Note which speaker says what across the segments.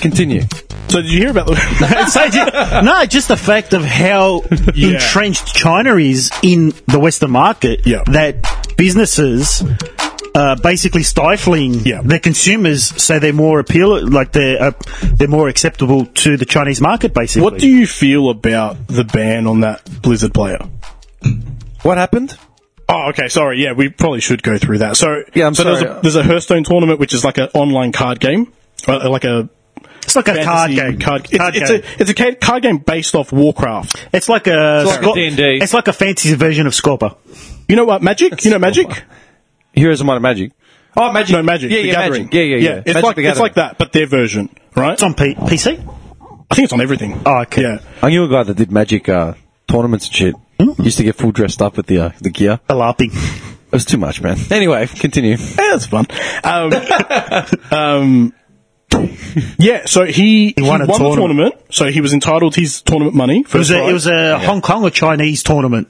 Speaker 1: Continue.
Speaker 2: So did you hear about the?
Speaker 3: So ju- no, just the fact of how
Speaker 2: Yeah.
Speaker 3: entrenched China is in the Western market.
Speaker 2: Yeah.
Speaker 3: That businesses are basically stifling
Speaker 2: Yeah.
Speaker 3: their consumers, so they're more appeal, like they're uh, they're more acceptable to the Chinese market. Basically,
Speaker 2: what do you feel about the ban on that Blizzard player?
Speaker 1: What happened?
Speaker 2: Oh, okay. Sorry. Yeah, we probably should go through that. So
Speaker 1: Yeah, I'm
Speaker 2: so There's
Speaker 1: sorry.
Speaker 2: a, there's a Hearthstone tournament, which is like an online card game, uh, like a
Speaker 3: it's like a card
Speaker 2: fantasy
Speaker 3: game.
Speaker 2: Card, it's,
Speaker 3: Card
Speaker 2: it's
Speaker 3: game.
Speaker 2: a it's a ca- card game based off Warcraft.
Speaker 3: It's like a
Speaker 1: like a
Speaker 3: Scor-
Speaker 1: D&D.
Speaker 3: It's like a fancy version of Scorpa.
Speaker 2: You know what? Magic. you know Magic.
Speaker 1: Heroes of Might and Magic. Oh, Magic.
Speaker 2: No Magic.
Speaker 1: Yeah,
Speaker 2: the
Speaker 1: yeah,
Speaker 2: Gathering.
Speaker 1: Magic. Yeah, yeah, yeah.
Speaker 2: It's
Speaker 1: Magic
Speaker 2: like
Speaker 1: the
Speaker 2: it's
Speaker 1: Gathering.
Speaker 2: like that, but their version, right?
Speaker 3: It's on P- PC.
Speaker 2: I think it's on everything.
Speaker 3: Oh, okay.
Speaker 2: Yeah.
Speaker 1: I knew a guy that did Magic uh, tournaments and shit.
Speaker 2: Hmm?
Speaker 1: Used to get full dressed up with the uh, the gear.
Speaker 3: A LARPing.
Speaker 1: It was too much, man. Anyway, continue.
Speaker 2: Yeah, that's fun. Um, um, yeah, so he, he
Speaker 3: won
Speaker 2: won,
Speaker 3: a
Speaker 2: the
Speaker 3: tournament.
Speaker 2: tournament, so he was entitled his tournament money.
Speaker 3: It was a, it was a Hong Kong or Chinese tournament.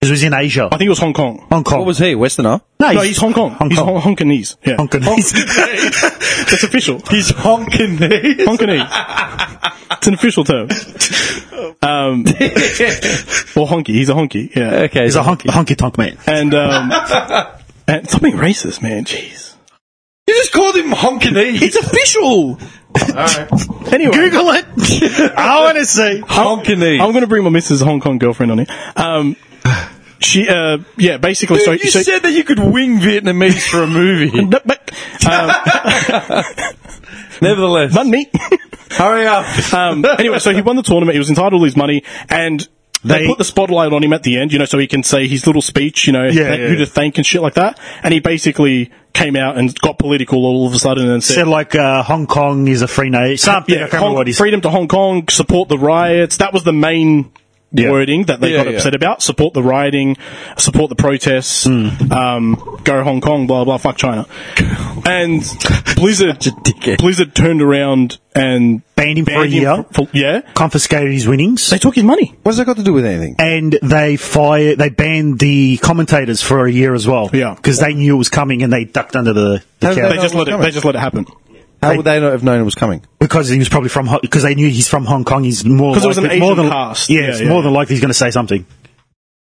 Speaker 3: 'Cause It was in Asia.
Speaker 2: I think it was Hong Kong.
Speaker 3: Hong Kong.
Speaker 1: What was he? Westerner.
Speaker 3: no,
Speaker 2: no, he's Hong Kong.
Speaker 3: Hong
Speaker 2: he's
Speaker 3: Kong.
Speaker 2: Hong- Hongkonese. Yeah.
Speaker 3: Hongkonese.
Speaker 2: Hong- it's official.
Speaker 3: He's honking
Speaker 2: Hongkonese. It's an official term. Um, or honky. He's a honky. Yeah.
Speaker 1: Okay,
Speaker 3: He's a honky, honky tonk man.
Speaker 2: And, um, and something racist, man. Jeez.
Speaker 1: you just called him Honkinese.
Speaker 2: It's official. Anyway.
Speaker 3: Google it. I want to see.
Speaker 1: Honkinese.
Speaker 2: I'm going to bring my Mrs. Hong Kong girlfriend on here. Um, she, uh, yeah, basically, so,
Speaker 1: you
Speaker 2: so-
Speaker 1: said that you could wing Vietnamese for a movie.
Speaker 2: No, but, um,
Speaker 1: Nevertheless,
Speaker 2: but me.
Speaker 1: hurry up.
Speaker 2: Um, anyway, so he won the tournament. He was entitled to his money, and they,
Speaker 3: They-
Speaker 2: put the spotlight on him at the end, you know, so he can say his little speech, you know,
Speaker 3: Yeah,
Speaker 2: thank-
Speaker 3: yeah,
Speaker 2: who
Speaker 3: yeah.
Speaker 2: to thank and shit like that. And he basically came out and got political all of a sudden and said.
Speaker 3: Said like uh, Hong Kong is a free nation. Something. I
Speaker 2: Yeah,
Speaker 3: can't remember
Speaker 2: Hong-
Speaker 3: what he said.
Speaker 2: freedom to Hong Kong, support the riots. That was the main wording that they
Speaker 1: Yeah,
Speaker 2: got
Speaker 1: yeah.
Speaker 2: upset about. Support the rioting, support the protests,
Speaker 3: Hmm.
Speaker 2: um, go Hong Kong, blah, blah, fuck China. And Blizzard, Blizzard turned around and
Speaker 3: Banned him for a
Speaker 2: banned him
Speaker 3: year.
Speaker 2: for- for- yeah.
Speaker 3: Confiscated his winnings.
Speaker 2: They took his money.
Speaker 1: What's that got to do with anything?
Speaker 3: And they fire. They banned the commentators for a year as well.
Speaker 2: Yeah.
Speaker 3: Because they knew it was coming and they ducked under the, the
Speaker 1: How did
Speaker 3: couch
Speaker 2: They
Speaker 1: No,
Speaker 2: just
Speaker 1: what's
Speaker 2: let it.
Speaker 1: coming?
Speaker 2: They just let it happen
Speaker 1: How would they not have known it was coming?
Speaker 3: because he was probably from because they knew he's from Hong Kong. He's more
Speaker 2: 'Cause it was
Speaker 3: likely-
Speaker 2: an
Speaker 3: more
Speaker 2: Asian
Speaker 3: than
Speaker 2: cast.
Speaker 3: Yeah,
Speaker 2: Yeah,
Speaker 3: it's
Speaker 2: yeah,
Speaker 3: more
Speaker 2: yeah.
Speaker 3: than likely he's going to say something.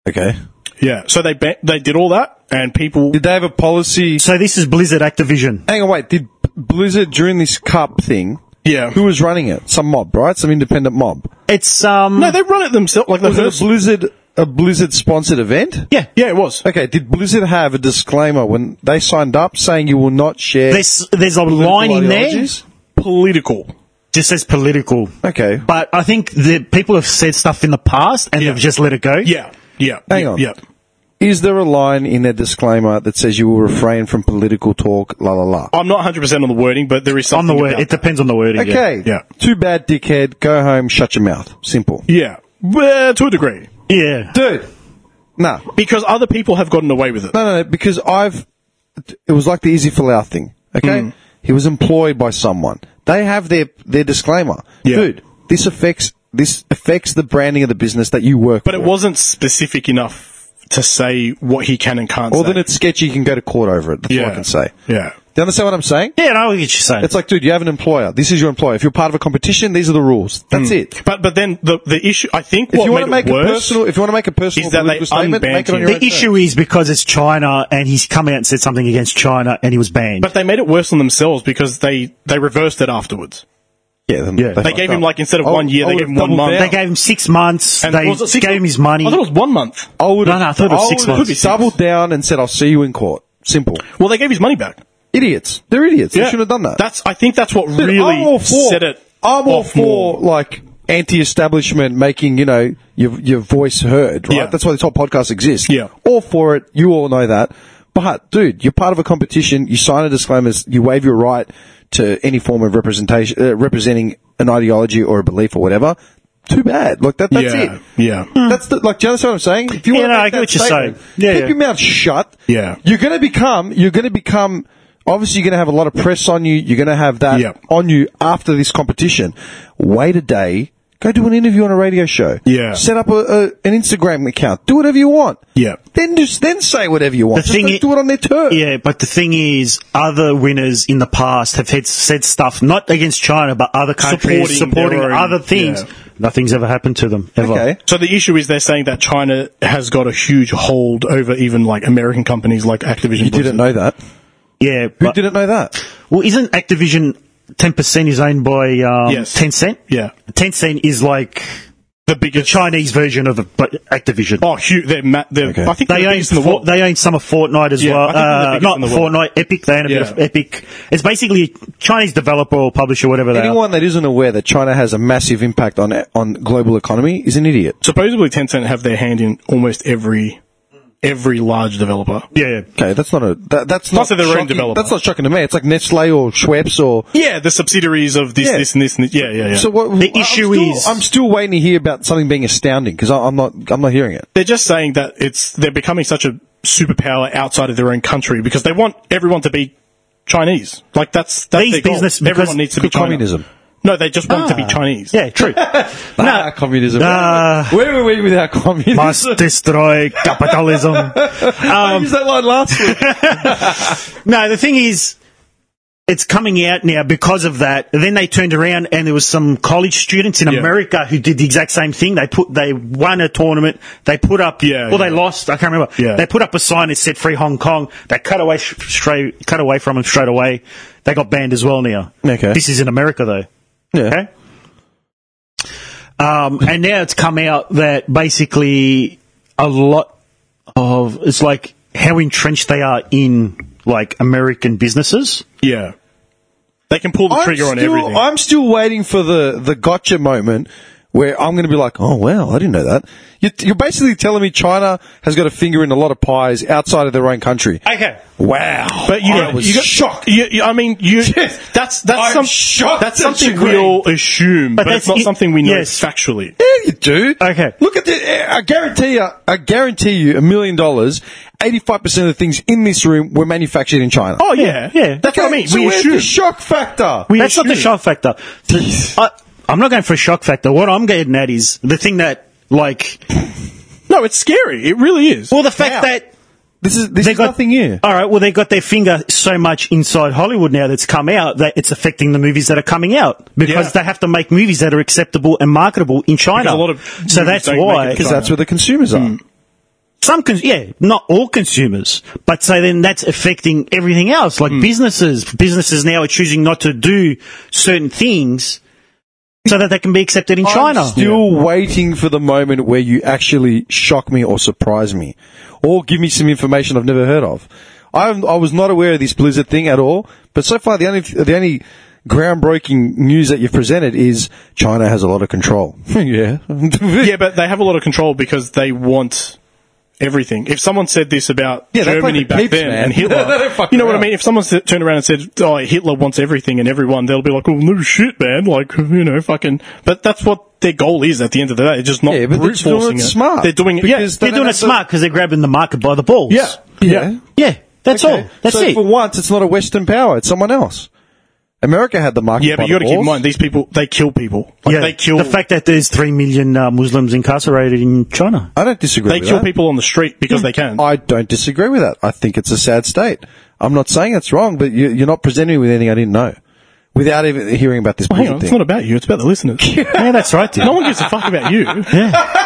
Speaker 1: Okay.
Speaker 2: Yeah. So they ba- they did all that, and people.
Speaker 1: Did they have a policy?
Speaker 3: So this is Blizzard Activision.
Speaker 1: Hang on, wait. Did Blizzard during this cup thing?
Speaker 2: Yeah.
Speaker 1: Who was running it? Some mob, right? Some independent mob.
Speaker 3: It's um.
Speaker 2: No, they run it themselves. Like the
Speaker 1: Was it
Speaker 3: Uh-huh.
Speaker 2: first.
Speaker 1: a Blizzard a Blizzard sponsored event?
Speaker 3: yeah.
Speaker 2: yeah, it was.
Speaker 1: Okay, did Blizzard have a disclaimer when they signed up saying you will not share?
Speaker 3: There's there's a line in there.
Speaker 1: ideologies?
Speaker 2: Political.
Speaker 3: just says political.
Speaker 1: Okay.
Speaker 3: But I think that people have said stuff in the past and
Speaker 2: Yeah.
Speaker 3: they've just let it go.
Speaker 2: Yeah. Yeah.
Speaker 1: Hang
Speaker 2: yeah,
Speaker 1: on.
Speaker 2: Yeah.
Speaker 1: Is there a line in their disclaimer that says you will refrain from political talk, la la la?
Speaker 2: I'm not 100 percent on the wording, but there is
Speaker 3: On
Speaker 2: something
Speaker 3: the word,
Speaker 2: about
Speaker 3: it depends on the wording. yeah.
Speaker 1: Okay.
Speaker 2: Yeah.
Speaker 1: Too bad, dickhead. Go home, shut your mouth. Simple.
Speaker 2: Yeah, well, to a degree,
Speaker 3: Yeah.
Speaker 1: Dude. Nah.
Speaker 2: because other people have gotten away with it.
Speaker 1: No, no, no, because I've. It was like the Easy Falau thing. Okay,
Speaker 2: Hmm.
Speaker 1: he was employed by someone. They have their their disclaimer,
Speaker 2: Yeah.
Speaker 1: dude. This affects this affects the branding of the business that you work.
Speaker 2: But it
Speaker 1: for.
Speaker 2: wasn't specific enough to say what he can and can't.
Speaker 1: Well,
Speaker 2: say.
Speaker 1: then it's sketchy. You can go to court over it. That's all
Speaker 2: yeah.
Speaker 1: I can say. Do
Speaker 2: Yeah,
Speaker 1: you understand what I'm saying?
Speaker 3: Yeah, no, I get you saying.
Speaker 1: It's like, dude, you have an employer. This is your employer. If you're part of a competition, these are the rules. That's it.
Speaker 2: but but then the the issue I think
Speaker 1: If
Speaker 2: Hmm. what
Speaker 1: you want
Speaker 2: made
Speaker 1: to make
Speaker 2: it
Speaker 1: a
Speaker 2: worse,
Speaker 1: personal, if you want to make a personal
Speaker 2: is that they
Speaker 1: political statement,
Speaker 2: unbanned
Speaker 1: make it on
Speaker 2: him.
Speaker 1: your own
Speaker 3: the
Speaker 1: terms.
Speaker 3: issue is because it's China and he's come out and said something against China and he was banned.
Speaker 2: but they made it worse on themselves because they they reversed it afterwards.
Speaker 1: Yeah, then
Speaker 3: Yeah. They
Speaker 1: fucked
Speaker 2: gave him,
Speaker 1: up.
Speaker 2: like, instead of
Speaker 1: I-
Speaker 2: one year,
Speaker 1: I
Speaker 2: they
Speaker 1: would
Speaker 2: gave him
Speaker 1: have
Speaker 2: one
Speaker 1: doubled
Speaker 2: month.
Speaker 3: they
Speaker 1: down.
Speaker 3: gave him six months. they
Speaker 2: was it six
Speaker 3: gave him
Speaker 2: months?
Speaker 3: his money.
Speaker 2: I thought it was one month.
Speaker 1: I would
Speaker 3: No, no, I thought it was
Speaker 1: I
Speaker 3: six
Speaker 1: would have
Speaker 3: months. Could be six.
Speaker 1: Doubled down and said, "I'll see you in court." Simple.
Speaker 2: Well, they gave his money back.
Speaker 1: Idiots. They're idiots.
Speaker 2: Yeah.
Speaker 1: They shouldn't have done that.
Speaker 2: That's I think that's what
Speaker 1: Dude,
Speaker 2: really
Speaker 1: I'm all for,
Speaker 2: set it.
Speaker 1: I'm all
Speaker 2: off
Speaker 1: for
Speaker 2: more.
Speaker 1: like anti-establishment, making you know your your voice heard. Right.
Speaker 2: Yeah.
Speaker 1: That's why this whole podcast exists.
Speaker 2: Yeah.
Speaker 1: All for it. You all know that. But dude, you're part of a competition. You sign a disclaimer. You waive your right to any form of representation, uh, representing an ideology or a belief or whatever. Too bad. Like that. That's
Speaker 2: yeah,
Speaker 1: it.
Speaker 2: yeah.
Speaker 1: That's the, like, do you understand what I'm saying? If you
Speaker 3: Hmm. Yeah,
Speaker 1: wanna
Speaker 3: no,
Speaker 1: make
Speaker 3: I get
Speaker 1: that
Speaker 3: what you're
Speaker 1: statement,
Speaker 3: saying. Yeah,
Speaker 1: keep
Speaker 3: yeah.
Speaker 1: your mouth shut.
Speaker 2: Yeah.
Speaker 1: you're going to become. You're going to become. Obviously, you're going to have a lot of press on you. You're going to have that
Speaker 2: Yeah.
Speaker 1: on you after this competition. Wait a day. Go do an interview on a radio show.
Speaker 2: Yeah.
Speaker 1: Set up a, a, an Instagram account. Do whatever you want.
Speaker 2: Yeah.
Speaker 1: Then just then say whatever you want. just
Speaker 3: thing
Speaker 1: don't
Speaker 3: i-
Speaker 1: do it on their turf.
Speaker 3: Yeah, but the thing is, other winners in the past have had said stuff not against China, but other countries
Speaker 2: Supporting
Speaker 3: supporting,
Speaker 2: their own-
Speaker 3: other things.
Speaker 2: yeah.
Speaker 3: Nothing's ever happened to them ever.
Speaker 1: Okay.
Speaker 2: So the issue is they're saying that China has got a huge hold over even like American companies like Activision.
Speaker 1: You didn't know that.
Speaker 3: Yeah,
Speaker 1: Who
Speaker 3: but
Speaker 1: didn't know that?
Speaker 3: well, isn't Activision ten percent is owned by um,
Speaker 2: Yes.
Speaker 3: Tencent?
Speaker 2: Yeah.
Speaker 3: Tencent is like
Speaker 2: The biggest.
Speaker 3: Chinese version of but Activision.
Speaker 2: Oh, huge. They're, ma- they're
Speaker 1: Okay.
Speaker 2: I think they're
Speaker 3: They
Speaker 2: the
Speaker 3: own,
Speaker 2: biggest in the
Speaker 3: Fort-
Speaker 2: world.
Speaker 3: they own some of Fortnite as
Speaker 2: Yeah, I
Speaker 3: well.
Speaker 2: think they're the
Speaker 3: Uh,
Speaker 2: biggest
Speaker 3: not
Speaker 2: in the world.
Speaker 3: Fortnite, Epic. They own a bit of
Speaker 2: Yeah.
Speaker 3: Epic. It's basically Chinese developer or publisher, whatever they are.
Speaker 1: Anyone that isn't aware that China has a massive impact on on global economy is an idiot.
Speaker 2: Supposedly Tencent have their hand in almost every, every large developer.
Speaker 3: Yeah, yeah.
Speaker 1: Okay, that's not a that, that's
Speaker 2: Plus
Speaker 1: not
Speaker 2: they're their own
Speaker 1: shocking-
Speaker 2: developer.
Speaker 1: That's not shocking to me. It's like Nestle or Schweppes or
Speaker 2: Yeah, the subsidiaries of this,
Speaker 1: Yeah.
Speaker 2: this, and this, and this. Yeah, yeah, yeah.
Speaker 1: So what
Speaker 3: The
Speaker 1: I'm
Speaker 3: issue
Speaker 1: still-
Speaker 3: is-
Speaker 1: I'm still waiting to hear about something being astounding because I'm not I'm not hearing it.
Speaker 2: they're just saying that it's they're becoming such a superpower outside of their own country because they want everyone to be Chinese. Like that's that's
Speaker 3: These
Speaker 2: their goal.
Speaker 3: business- because-
Speaker 2: everyone needs to be
Speaker 1: because
Speaker 2: China.
Speaker 1: communism.
Speaker 2: No, they just want to be
Speaker 3: Ah.
Speaker 2: Chinese.
Speaker 3: Yeah, true.
Speaker 1: Ah, communism.
Speaker 3: Ah.
Speaker 1: where were we with our communism?
Speaker 3: Must destroy capitalism.
Speaker 2: um,
Speaker 1: I used that line last week.
Speaker 3: No, the thing is, it's coming out now because of that. And then they turned around and there was some college students in
Speaker 2: Yeah.
Speaker 3: America who did the exact same thing. They put, they won a tournament. They put up,
Speaker 2: Yeah,
Speaker 3: or they
Speaker 2: yeah.
Speaker 3: lost. I can't remember.
Speaker 2: Yeah.
Speaker 3: They put up a sign that said "Free Hong Kong." They cut away sh- straight, cut away from them straight away. They got banned as well now.
Speaker 1: Okay.
Speaker 3: This is in America though.
Speaker 1: Yeah.
Speaker 3: Okay. Um, and now it's come out that basically a lot of it's like how entrenched they are in like American businesses.
Speaker 2: Yeah. They can pull the
Speaker 1: I'm
Speaker 2: trigger
Speaker 1: still,
Speaker 2: on everything.
Speaker 1: I'm still waiting for the, the gotcha moment where I'm going to be like, oh, wow, I didn't know that. You're, you're basically telling me China has got a finger in a lot of pies outside of their own country.
Speaker 3: Okay.
Speaker 1: Wow.
Speaker 2: but you,
Speaker 1: I was
Speaker 2: you got
Speaker 1: shocked.
Speaker 2: You, you- I mean, you. That's that's
Speaker 1: I'm
Speaker 2: some,
Speaker 1: shocked
Speaker 2: That's
Speaker 1: that
Speaker 2: something
Speaker 1: you
Speaker 2: we all assume, but,
Speaker 3: that's
Speaker 2: it's not
Speaker 3: it-
Speaker 2: something we know
Speaker 3: yes.
Speaker 2: factually.
Speaker 1: Yeah, you do.
Speaker 3: Okay.
Speaker 1: Look at the. I guarantee you, I guarantee you a million dollars, 85% of the things in this room were manufactured in China.
Speaker 2: Oh yeah,
Speaker 3: yeah.
Speaker 2: That's what I
Speaker 1: Okay,
Speaker 2: mean.
Speaker 1: So
Speaker 2: we
Speaker 1: where's
Speaker 2: assume.
Speaker 1: the shock factor?
Speaker 3: That's not the shock factor. I, I'm not going for a shock factor. What I'm getting at is the thing that like
Speaker 2: no, it's scary. It really is.
Speaker 3: well the fact
Speaker 1: Now,
Speaker 3: that
Speaker 1: This is, this
Speaker 3: they
Speaker 1: is
Speaker 3: got
Speaker 1: nothing here.
Speaker 3: All right. Well, they got their finger so much inside Hollywood now that's come out that it's affecting the movies that are coming out because
Speaker 2: Yeah.
Speaker 3: they have to make movies that are acceptable and marketable in China.
Speaker 2: Because a lot of
Speaker 3: so
Speaker 2: movies
Speaker 3: that's
Speaker 2: don't make
Speaker 3: why
Speaker 2: it to
Speaker 1: Because
Speaker 2: China.
Speaker 1: that's where the consumers are.
Speaker 3: some, cons- yeah, not all consumers, but so then that's affecting everything else,
Speaker 2: Hmm.
Speaker 3: like businesses. Businesses now are choosing not to do certain things so that they can be accepted in China.
Speaker 1: I'm still waiting for the moment where you actually shock me or surprise me, or give me some information I've never heard of. I I was not aware of this Blizzard thing at all, but so far the only the only groundbreaking news that you've presented is China has a lot of control. yeah,
Speaker 2: Yeah, but they have a lot of control because they want everything. If someone said this about
Speaker 1: Yeah, they play
Speaker 2: Germany
Speaker 1: the
Speaker 2: back
Speaker 1: peeps,
Speaker 2: then
Speaker 1: man.
Speaker 2: and
Speaker 1: They
Speaker 2: Hitler,
Speaker 1: don't fuck
Speaker 2: you know what I
Speaker 1: around.
Speaker 2: mean? If someone said, turned around and said, "Oh, Hitler wants everything and everyone," they'll be like, "Oh, no shit, man!" Like you know, fucking. But that's what their goal is at the end of the day. It's just not
Speaker 1: Yeah, but they're
Speaker 2: brute
Speaker 1: doing
Speaker 2: forcing
Speaker 1: it
Speaker 2: it.
Speaker 1: smart.
Speaker 2: They're doing it
Speaker 1: Because
Speaker 2: yeah,
Speaker 3: They're doing it smart because they're grabbing the market by the balls.
Speaker 2: yeah, yeah,
Speaker 1: Yeah.
Speaker 3: Yeah. That's
Speaker 1: Okay.
Speaker 3: all. That's
Speaker 1: so
Speaker 3: it.
Speaker 1: For once, it's not a Western power; it's someone else. America had the market.
Speaker 2: yeah.
Speaker 1: by
Speaker 2: But you got
Speaker 1: the
Speaker 2: to keep in
Speaker 1: balls.
Speaker 2: mind these people. They kill people. Like,
Speaker 3: yeah,
Speaker 2: they kill.
Speaker 3: the fact that there's three million uh, Muslims incarcerated in China.
Speaker 1: I don't disagree.
Speaker 2: they
Speaker 1: with
Speaker 2: kill
Speaker 1: that.
Speaker 2: people on the street because they can.
Speaker 1: I don't disagree with that. I think it's a sad state. I'm not saying it's wrong, but you, you're not presenting me with anything I didn't know without even hearing about this
Speaker 2: Hang
Speaker 1: Blizzard
Speaker 2: on, it's
Speaker 1: thing.
Speaker 2: not about you. It's about the listeners.
Speaker 3: Yeah, that's right. Dude.
Speaker 2: no one gives a fuck about you.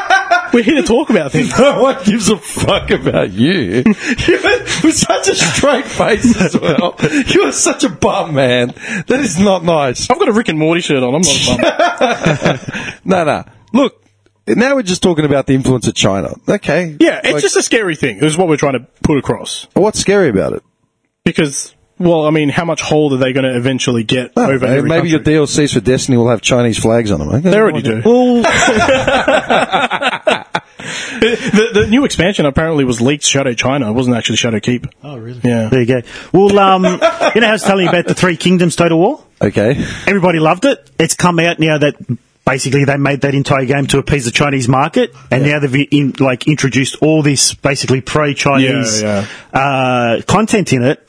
Speaker 2: We're here to talk about things.
Speaker 1: no one gives a fuck about you. With such a straight face as well. You're such a bum, man. That is not nice.
Speaker 2: I've got a Rick and Morty shirt on. I'm not a bum.
Speaker 1: No, no. Look, now we're just talking about the influence of China. Okay.
Speaker 2: Yeah, it's
Speaker 1: Like,
Speaker 2: just a scary thing. Is what we're trying to put across.
Speaker 1: What's scary about it?
Speaker 2: Because, well, I mean, how much hold are they going to eventually get
Speaker 1: I don't
Speaker 2: over
Speaker 1: know.
Speaker 2: every
Speaker 1: Oh, maybe
Speaker 2: country?
Speaker 1: your DLCs for Destiny will have Chinese flags on them.
Speaker 2: They already do. the, the new expansion apparently was leaked Shadow China. It wasn't actually Shadow Keep. Oh, really? Yeah.
Speaker 3: There you go. Well, um, you know, I was telling you about the Three Kingdoms Total War.
Speaker 1: Okay.
Speaker 3: Everybody loved it. It's come out now that basically they made that entire game to appease the Chinese market, and now they've in, like introduced all this basically pro-Chinese
Speaker 2: Yeah,
Speaker 3: Uh, content in it.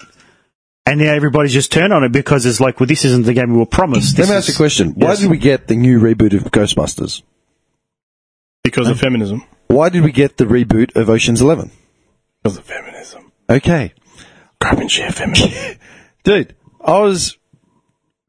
Speaker 3: And now everybody's just turned on it because it's like, well, this isn't the game we were promised.
Speaker 1: Let
Speaker 3: This
Speaker 1: me ask you
Speaker 3: is-
Speaker 1: a question. Why
Speaker 3: Yes.
Speaker 1: did we get the new reboot of Ghostbusters?
Speaker 2: because
Speaker 1: Oh.
Speaker 2: of feminism.
Speaker 1: Why did we get the reboot of Ocean's Eleven?
Speaker 2: Because of feminism.
Speaker 1: Okay.
Speaker 2: Grab and share feminism.
Speaker 1: Dude, I was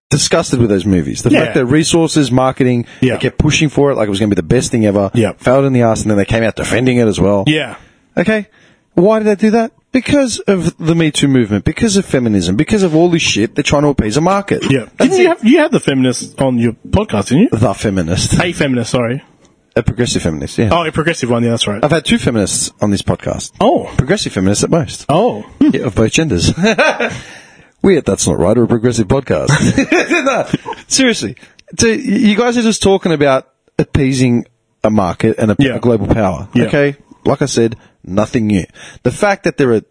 Speaker 1: disgusted with those movies. The
Speaker 3: Yeah.
Speaker 1: fact that resources, marketing,
Speaker 2: Yeah.
Speaker 1: they kept pushing for it like it was going to be the best thing ever.
Speaker 2: Yeah.
Speaker 1: Failed in the ass, and then they came out defending it as well.
Speaker 2: yeah.
Speaker 1: Okay. Why did they do that? Because of the Me Too movement, because of feminism, because of all this shit, they're trying to appease a market.
Speaker 2: Yeah.
Speaker 1: That's
Speaker 2: Didn't you
Speaker 1: it.
Speaker 2: have, you had the feminist on your podcast, didn't you?
Speaker 1: the feminist.
Speaker 2: A feminist, sorry.
Speaker 1: A progressive feminist, yeah.
Speaker 2: Oh, a progressive one. Yeah, that's right.
Speaker 1: I've had two feminists on this podcast.
Speaker 2: Oh.
Speaker 1: Progressive feminists at most.
Speaker 2: Oh.
Speaker 1: Yeah, of both genders. Weird, that's not right, or a progressive podcast. No, seriously. So y- you guys are just talking about appeasing a market and a,
Speaker 2: Yeah.
Speaker 1: a global power.
Speaker 2: Yeah.
Speaker 1: Okay? Like I said, nothing new. The fact that there are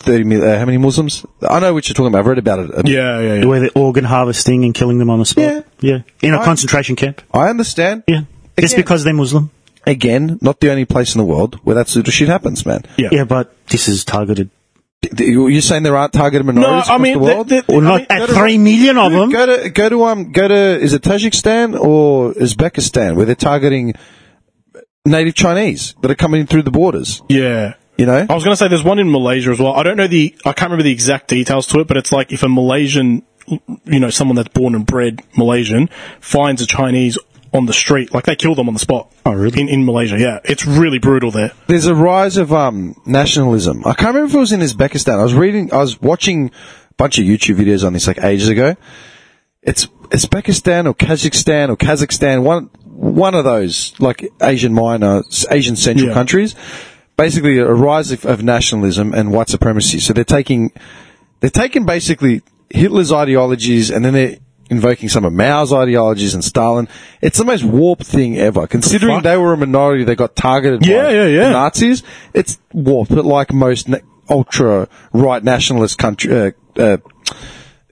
Speaker 1: 30 million, uh, how many Muslims? I know what you're talking about. I've read about it. a-
Speaker 2: Yeah, yeah, yeah.
Speaker 3: Where they're organ harvesting and killing them on the spot.
Speaker 1: Yeah.
Speaker 3: Yeah. In a
Speaker 1: I-
Speaker 3: concentration camp.
Speaker 1: I understand.
Speaker 3: Yeah. Just
Speaker 1: Again-
Speaker 3: because they're Muslim.
Speaker 1: Again, not the only place in the world where that sort of shit happens, man.
Speaker 2: Yeah.
Speaker 3: Yeah, but this is targeted.
Speaker 1: D- d- You're saying there aren't targeted
Speaker 2: No,
Speaker 1: minorities
Speaker 2: I
Speaker 1: across
Speaker 2: mean,
Speaker 1: the world?
Speaker 2: the- the-
Speaker 3: Well,
Speaker 2: I
Speaker 3: not
Speaker 2: mean,
Speaker 3: at
Speaker 2: go to-
Speaker 3: three million of them.
Speaker 1: Go to go to um go to is it Tajikistan or Uzbekistan where they're targeting native Chinese that are coming in through the borders.
Speaker 2: Yeah.
Speaker 1: You know,
Speaker 2: I was going to say there's one in Malaysia as well. I don't know the, I can't remember the exact details to it, but it's like if a Malaysian, you know, someone that's born and bred Malaysian finds a Chinese on the street, like they kill them on the spot.
Speaker 3: Oh, really?
Speaker 2: In, in Malaysia, yeah. It's really brutal there.
Speaker 1: there's a rise of um nationalism. I can't remember if it was in Uzbekistan. I was reading, I was watching a bunch of YouTube videos on this like ages ago. It's Uzbekistan or Kazakhstan or Kazakhstan, one one of those like Asian minor, Asian central
Speaker 2: Yeah.
Speaker 1: countries. Basically, a rise of, of nationalism and white supremacy. So they're taking they're taking basically Hitler's ideologies and then they're invoking some of Mao's ideologies and Stalin. It's the most warped thing ever. Considering
Speaker 2: fuck?
Speaker 1: they were a minority, they got targeted
Speaker 2: Yeah,
Speaker 1: by
Speaker 2: yeah, yeah.
Speaker 1: the Nazis, it's warped. But like most na- ultra right nationalist country. Uh, uh,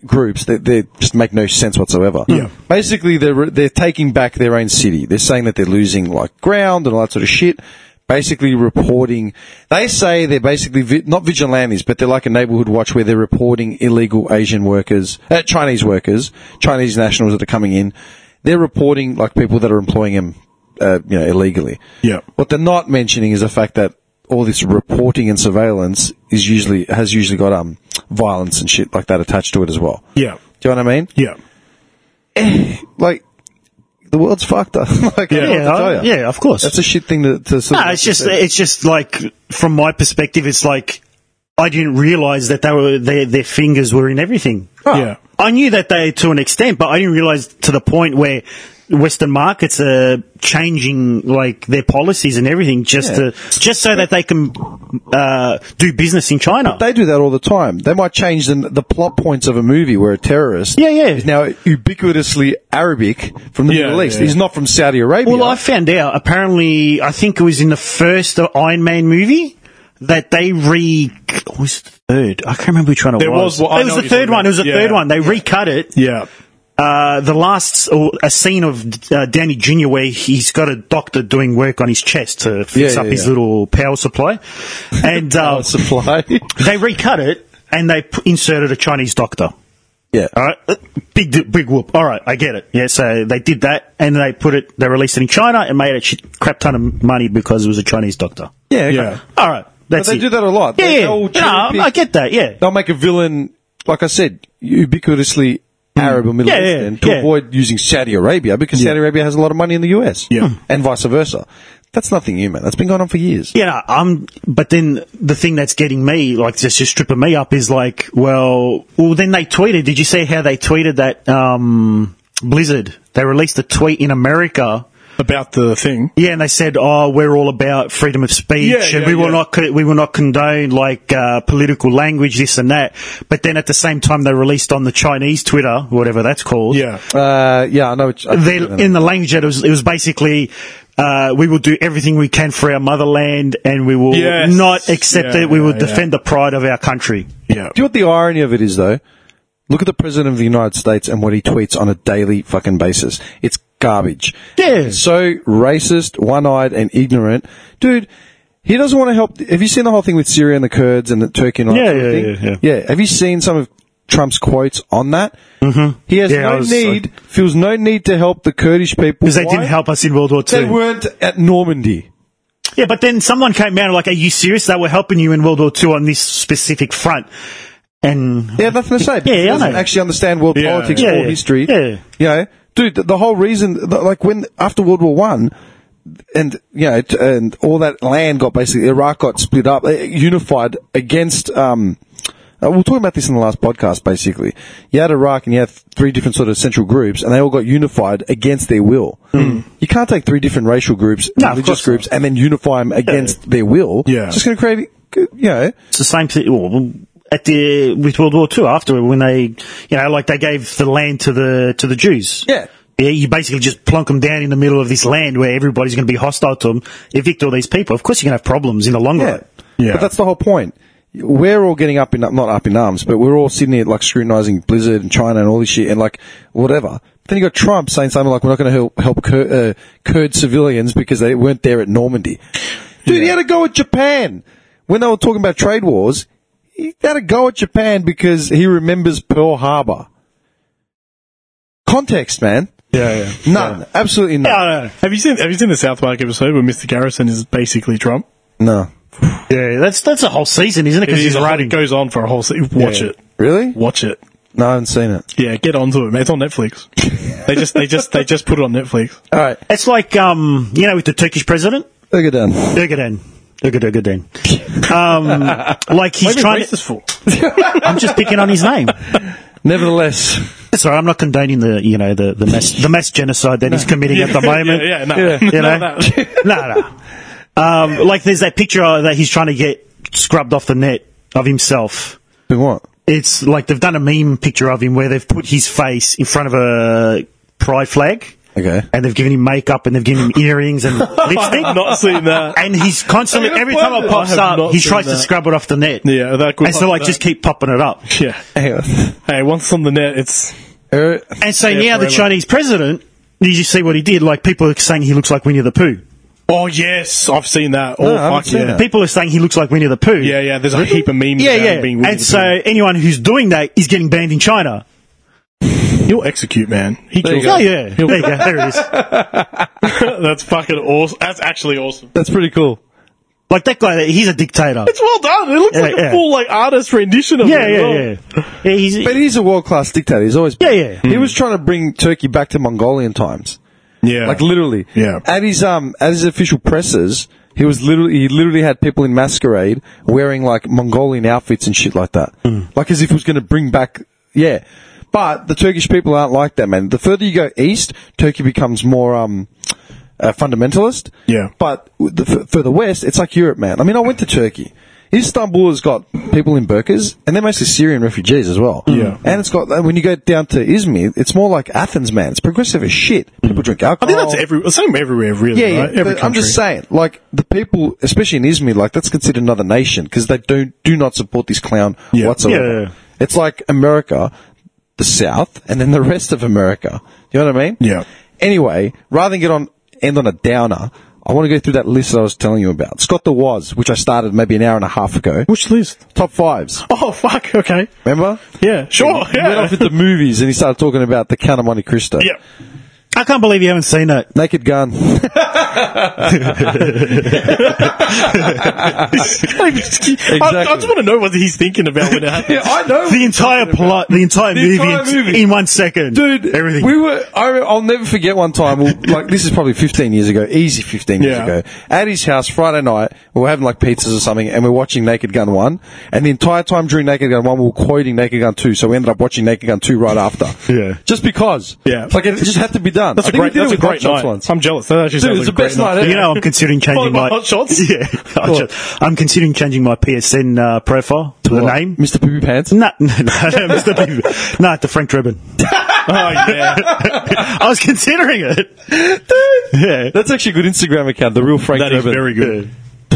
Speaker 1: Groups they, they just make no sense whatsoever.
Speaker 2: Yeah.
Speaker 1: Basically, they're they're taking back their own city. They're saying that they're losing like ground and all that sort of shit. Basically, reporting. They say they're basically vi- not vigilantes, but they're like a neighborhood watch where they're reporting illegal Asian workers, uh, Chinese workers, Chinese nationals that are coming in. They're reporting like people that are employing them, uh, you know, illegally.
Speaker 2: Yeah.
Speaker 1: What they're not mentioning is the fact that all this reporting and surveillance is usually has usually got um violence and shit like that attached to it as well.
Speaker 2: Yeah.
Speaker 1: Do you know what I mean?
Speaker 2: Yeah.
Speaker 1: Like the world's fucked up. like, I don't know what to
Speaker 3: Yeah, I-
Speaker 1: tell you.
Speaker 3: yeah, of course.
Speaker 1: That's a shit thing to. to sort
Speaker 3: No,
Speaker 1: of-
Speaker 3: it's just it's just like from my perspective, it's like I didn't realize that they were their their fingers were in everything.
Speaker 1: Oh.
Speaker 2: Yeah.
Speaker 3: I knew that they to an extent, but I didn't realize to the point where Western markets are changing like their policies and everything just
Speaker 1: Yeah.
Speaker 3: to just so that they can uh, do business in China.
Speaker 1: They do that all the time. They might change the, the plot points of a movie where a terrorist
Speaker 3: Yeah, yeah.
Speaker 1: is now ubiquitously Arabic from the
Speaker 2: Yeah,
Speaker 1: Middle East.
Speaker 2: yeah.
Speaker 1: He's not from Saudi Arabia.
Speaker 3: Well, I found out apparently. I think it was in the first Iron Man movie that they re. What was it the third? I can't remember which one it
Speaker 2: There
Speaker 3: was.
Speaker 2: was one- I
Speaker 3: it was
Speaker 2: know
Speaker 3: the
Speaker 2: what you're
Speaker 3: third
Speaker 2: talking
Speaker 3: one. It was the
Speaker 2: about.
Speaker 3: third
Speaker 2: Yeah.
Speaker 3: one. They recut it.
Speaker 2: Yeah.
Speaker 3: Uh, the last or a scene of uh, Danny Jr. where he's got a doctor doing work on his chest to fix
Speaker 1: Yeah,
Speaker 3: up
Speaker 1: yeah,
Speaker 3: his
Speaker 1: yeah.
Speaker 3: little power supply, and uh,
Speaker 1: supply.
Speaker 3: they recut it and they p- inserted a Chinese doctor.
Speaker 1: yeah.
Speaker 3: All right, Uh, big d- big whoop. All right, I get it. Yeah, so they did that, and they put it. They released it in China and made a shit crap ton of money because it was a Chinese doctor.
Speaker 1: Yeah. okay.
Speaker 2: Yeah.
Speaker 3: All right, that's
Speaker 1: But they
Speaker 3: it.
Speaker 1: do that a lot.
Speaker 3: Yeah,
Speaker 1: They-
Speaker 3: yeah.
Speaker 1: they'll
Speaker 3: No,
Speaker 1: cherry-pick-
Speaker 3: I get that. Yeah,
Speaker 1: they'll make a villain, like I said, ubiquitously Arab or Middle
Speaker 3: Hmm. Yeah, yeah,
Speaker 1: Eastern to
Speaker 3: yeah.
Speaker 1: avoid using Saudi Arabia because Saudi Arabia has a lot of money in the US.
Speaker 2: Yeah.
Speaker 1: And vice versa. That's nothing new, man. That's been going on for years.
Speaker 3: yeah. no, I'm. But then the thing that's getting me, like, just just stripping me up, is like, well, well. Then they tweeted. Did you see how they tweeted that? Um, Blizzard. They released a tweet in America
Speaker 2: About the thing.
Speaker 3: Yeah, and they said, "Oh, we're all about freedom of speech,
Speaker 2: Yeah,
Speaker 3: and
Speaker 2: yeah,
Speaker 3: we will
Speaker 2: yeah.
Speaker 3: not co- we will not condone like uh, political language, this and that." But then at the same time, they released on the Chinese Twitter, whatever that's called,
Speaker 2: Yeah.
Speaker 1: Uh, yeah, I know. Which, I
Speaker 3: they, in the language that it was, it was basically. Uh, we will do everything we can for our motherland, and we will
Speaker 2: Yes.
Speaker 3: not accept
Speaker 2: Yeah,
Speaker 3: it. We will
Speaker 2: yeah, yeah.
Speaker 3: defend the pride of our country.
Speaker 2: Yeah.
Speaker 1: Do you know what the irony of it is, though? Look at the president of the United States and what he tweets on a daily fucking basis. It's garbage.
Speaker 3: Yeah.
Speaker 1: So racist, one-eyed, and ignorant, dude. He doesn't want to help. Have you seen the whole thing with Syria and the Kurds and the Turkey and all
Speaker 3: Yeah,
Speaker 1: that sort of
Speaker 3: yeah,
Speaker 1: thing? yeah. Have you seen some of Trump's quotes on that. Mm-hmm. He has
Speaker 3: Yeah, I
Speaker 1: no
Speaker 3: was-
Speaker 1: need, feels no need to help the Kurdish people.
Speaker 3: because they
Speaker 1: Why?
Speaker 3: didn't help us in World War
Speaker 1: They
Speaker 3: Two.
Speaker 1: weren't at Normandy.
Speaker 3: Yeah, but then someone came out like, "Are you serious? They were helping you in World War Two on this specific front." And
Speaker 1: They have nothing to say. because
Speaker 3: yeah,
Speaker 1: he
Speaker 3: I
Speaker 1: doesn't
Speaker 3: know.
Speaker 1: actually understand world
Speaker 2: Yeah.
Speaker 1: politics
Speaker 3: Yeah,
Speaker 1: or
Speaker 3: yeah.
Speaker 1: history.
Speaker 3: Yeah.
Speaker 1: You know, dude, the, the whole reason, the- like when, after World War One, and, you know, t- and all that land got basically, Iraq got split up, uh, unified against, um, uh, we were talking about this in the last podcast, basically. You had Iraq and you had three different sort of central groups, and they all got unified against their will.
Speaker 2: Hmm.
Speaker 1: You can't take three different racial groups,
Speaker 3: No, of
Speaker 1: religious
Speaker 3: course
Speaker 1: groups, and then unify them against their will.
Speaker 2: Yeah.
Speaker 1: It's just going to create, you know,
Speaker 3: it's the same thing. Well, at the with World War Two after when they, you know, like they gave the land to the to the Jews.
Speaker 1: Yeah.
Speaker 3: Yeah, you basically just plonk them down in the middle of this land where everybody's going to be hostile to them, evict all these people. Of course, you're going to have problems in the long
Speaker 1: Yeah.
Speaker 3: run.
Speaker 2: Yeah.
Speaker 1: But that's the whole point. We're all getting up in, not up in arms, but we're all sitting here like scrutinizing Blizzard and China and all this shit and like whatever. Then you got Trump saying something like, we're not going to help, help Kur, uh, Kurd civilians because they weren't there at Normandy. Dude, he had a go at Japan. When they were talking about trade wars, he had a go at Japan because he remembers Pearl Harbor. Context, man.
Speaker 2: Yeah, yeah.
Speaker 1: None. Absolutely none.
Speaker 3: I don't know.
Speaker 2: Have you seen Have you seen the South Park episode where Mr. Garrison is basically Trump?
Speaker 1: No.
Speaker 3: Yeah, that's that's a whole season, isn't it? Because he's
Speaker 2: It is a whole-
Speaker 3: writing.
Speaker 2: goes on for a whole. Se- watch
Speaker 1: Yeah.
Speaker 2: it.
Speaker 1: Really?
Speaker 2: Watch it.
Speaker 1: No, I haven't seen it.
Speaker 2: Yeah, get onto it, man. It's on Netflix. they just they just they just put it on Netflix.
Speaker 1: All right.
Speaker 3: It's like um, you know, with the Turkish president
Speaker 1: Look at that.
Speaker 3: Erdogan. Erdogan. Um, like he's
Speaker 2: Maybe
Speaker 3: trying. To,
Speaker 2: racist fool.
Speaker 3: I'm just picking on his name.
Speaker 1: Nevertheless,
Speaker 3: Sorry, I'm not condoning the you know the the mass the mass genocide that he's committing at the moment.
Speaker 2: Yeah, yeah, no.
Speaker 1: Yeah.
Speaker 3: you know?
Speaker 2: No,
Speaker 3: no, no. Um, like there's that picture uh, that he's trying to get scrubbed off the net of himself.
Speaker 1: do what?
Speaker 3: It's like they've done a meme picture of him where they've put his face in front of a pride flag.
Speaker 1: Okay.
Speaker 3: And they've given him makeup and they've given him earrings and lipstick.
Speaker 2: I've not seen that.
Speaker 3: and he's constantly,
Speaker 1: I haven't
Speaker 3: every time
Speaker 1: found
Speaker 3: it
Speaker 1: it.
Speaker 3: pops
Speaker 2: I have
Speaker 3: up,
Speaker 2: not
Speaker 3: he
Speaker 2: seen
Speaker 3: tries to
Speaker 2: that.
Speaker 3: scrub it off the net.
Speaker 2: Yeah, that could
Speaker 3: And so,
Speaker 2: pop
Speaker 3: like,
Speaker 2: that.
Speaker 3: just
Speaker 1: eh?
Speaker 3: keep popping it up.
Speaker 2: yeah.
Speaker 1: Hang on.
Speaker 2: Hey, once on the net, it's
Speaker 1: Er,
Speaker 3: And so now the
Speaker 2: forever.
Speaker 3: Chinese president, did you see what he did? Like, people are saying he looks like Winnie the Pooh.
Speaker 2: oh yes, I've seen that.
Speaker 1: No,
Speaker 2: oh
Speaker 1: I haven't
Speaker 2: fuck
Speaker 1: seen
Speaker 2: yeah,
Speaker 1: that.
Speaker 3: People are saying he looks like Winnie the Pooh.
Speaker 2: yeah, yeah. There's a heap of memes.
Speaker 3: Yeah,
Speaker 2: about
Speaker 3: yeah.
Speaker 2: him Being
Speaker 3: and so anyone who's doing that is getting banned in China.
Speaker 2: he'll execute, man. He
Speaker 1: There you
Speaker 2: kills.
Speaker 1: go.
Speaker 3: Oh yeah, there you go. There it is.
Speaker 2: That's fucking awesome. That's actually awesome.
Speaker 1: that's pretty cool.
Speaker 3: Like that guy, he's a dictator.
Speaker 2: It's well done. It looks
Speaker 3: Yeah,
Speaker 2: like a
Speaker 3: yeah.
Speaker 2: full like artist rendition of
Speaker 3: Yeah,
Speaker 2: it.
Speaker 3: yeah, yeah. yeah he's,
Speaker 1: But Hmm. he's a world class dictator. He's always been.
Speaker 3: Yeah, yeah.
Speaker 1: He was trying to bring Turkey back to Mongolian times,
Speaker 2: yeah.
Speaker 1: like literally.
Speaker 2: Yeah.
Speaker 1: At his um, at his official presses, he was literally he literally had people in masquerade wearing like Mongolian outfits and shit like that,
Speaker 2: Hmm.
Speaker 1: like as if he was going to bring back. Yeah, but the Turkish people aren't like that, man. The further you go east, Turkey becomes more um. uh, fundamentalist.
Speaker 2: Yeah.
Speaker 1: But w- the, f- further west, it's like Europe, man. I mean, I went to Turkey. Istanbul has got people in burqas, and they're mostly Syrian refugees as well.
Speaker 2: Yeah.
Speaker 1: And it's got, and when you go down to Izmir, it's more like Athens, man. It's progressive as shit. People drink
Speaker 2: Hmm. I
Speaker 1: alcohol.
Speaker 2: think that's every same everywhere, really.
Speaker 1: Oh. Yeah, yeah.
Speaker 2: right? Every
Speaker 1: but I'm just
Speaker 2: country.
Speaker 1: saying, like the people, especially in Izmir, like that's considered another nation because they don't do not support this clown
Speaker 2: Yeah.
Speaker 1: whatsoever.
Speaker 3: Yeah, yeah, yeah.
Speaker 1: It's like America, the South, and then the rest of America. You know what I mean?
Speaker 2: Yeah.
Speaker 1: Anyway, rather than get on end on a downer, I want to go through that list that I was telling you about. Scott the Was, which I started maybe an hour and a half ago.
Speaker 2: Which list?
Speaker 1: Top fives.
Speaker 2: Oh fuck. Okay.
Speaker 1: Remember?
Speaker 2: Yeah. Sure.
Speaker 1: He went
Speaker 2: Yeah.
Speaker 1: off with the movies and he started talking about the Count of Monte Cristo.
Speaker 2: yeah.
Speaker 3: I can't believe you haven't seen it.
Speaker 1: Naked Gun.
Speaker 2: I, I just want to know what he's thinking about when it happens.
Speaker 1: I know.
Speaker 3: The entire plot, the entire
Speaker 1: The
Speaker 3: movie,
Speaker 1: entire
Speaker 3: in-
Speaker 1: movie.
Speaker 3: in one second,
Speaker 1: Dude,
Speaker 3: Everything.
Speaker 1: We were. I, re- I'll never forget one time. we like this is probably 15 years ago, easy 15 years
Speaker 2: Yeah.
Speaker 1: ago. At his house, Friday night, we were having like pizzas or something, and we are watching Naked Gun One. And the entire time during Naked Gun One, we were quoting Naked Gun Two, so we ended up watching Naked Gun Two right after.
Speaker 3: Yeah.
Speaker 1: just because.
Speaker 2: Yeah.
Speaker 1: It's like it just had to be done.
Speaker 2: That's
Speaker 1: I
Speaker 2: a
Speaker 1: think
Speaker 2: great.
Speaker 1: we did
Speaker 2: That's a
Speaker 1: it with Hot
Speaker 2: great
Speaker 1: Shots
Speaker 2: night.
Speaker 1: once.
Speaker 2: I'm jealous. That actually
Speaker 1: Dude, it
Speaker 2: sounds
Speaker 1: was
Speaker 2: like
Speaker 1: the
Speaker 2: a great
Speaker 1: best night ever.
Speaker 3: you know, I'm considering
Speaker 2: Followed
Speaker 3: changing
Speaker 2: by
Speaker 3: my.
Speaker 2: hot shots?
Speaker 3: Yeah, hot
Speaker 1: What?
Speaker 3: shots. I'm considering changing my PSN uh, profile to the
Speaker 1: What?
Speaker 3: name.
Speaker 1: Mr. Poopy Pants.
Speaker 3: No, no, no, Mr. Bieber. no, to Frank Drebin.
Speaker 2: Oh yeah.
Speaker 3: I was considering it. Yeah.
Speaker 1: That's actually a good Instagram account. The real Frank.
Speaker 2: That is
Speaker 1: Drebin.
Speaker 2: very good.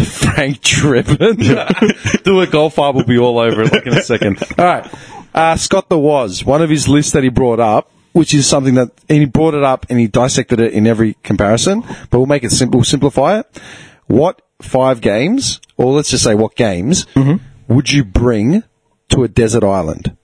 Speaker 1: Frank Dribbin. Do a golf arm will be all over it like in a second. All right. Uh, Scott the Was, one of his lists that he brought up, which is something that, and he brought it up and he dissected it in every comparison, but we'll make it simple, simplify it. What five games, Mm-hmm. or let's just say what games, would you bring to a desert island?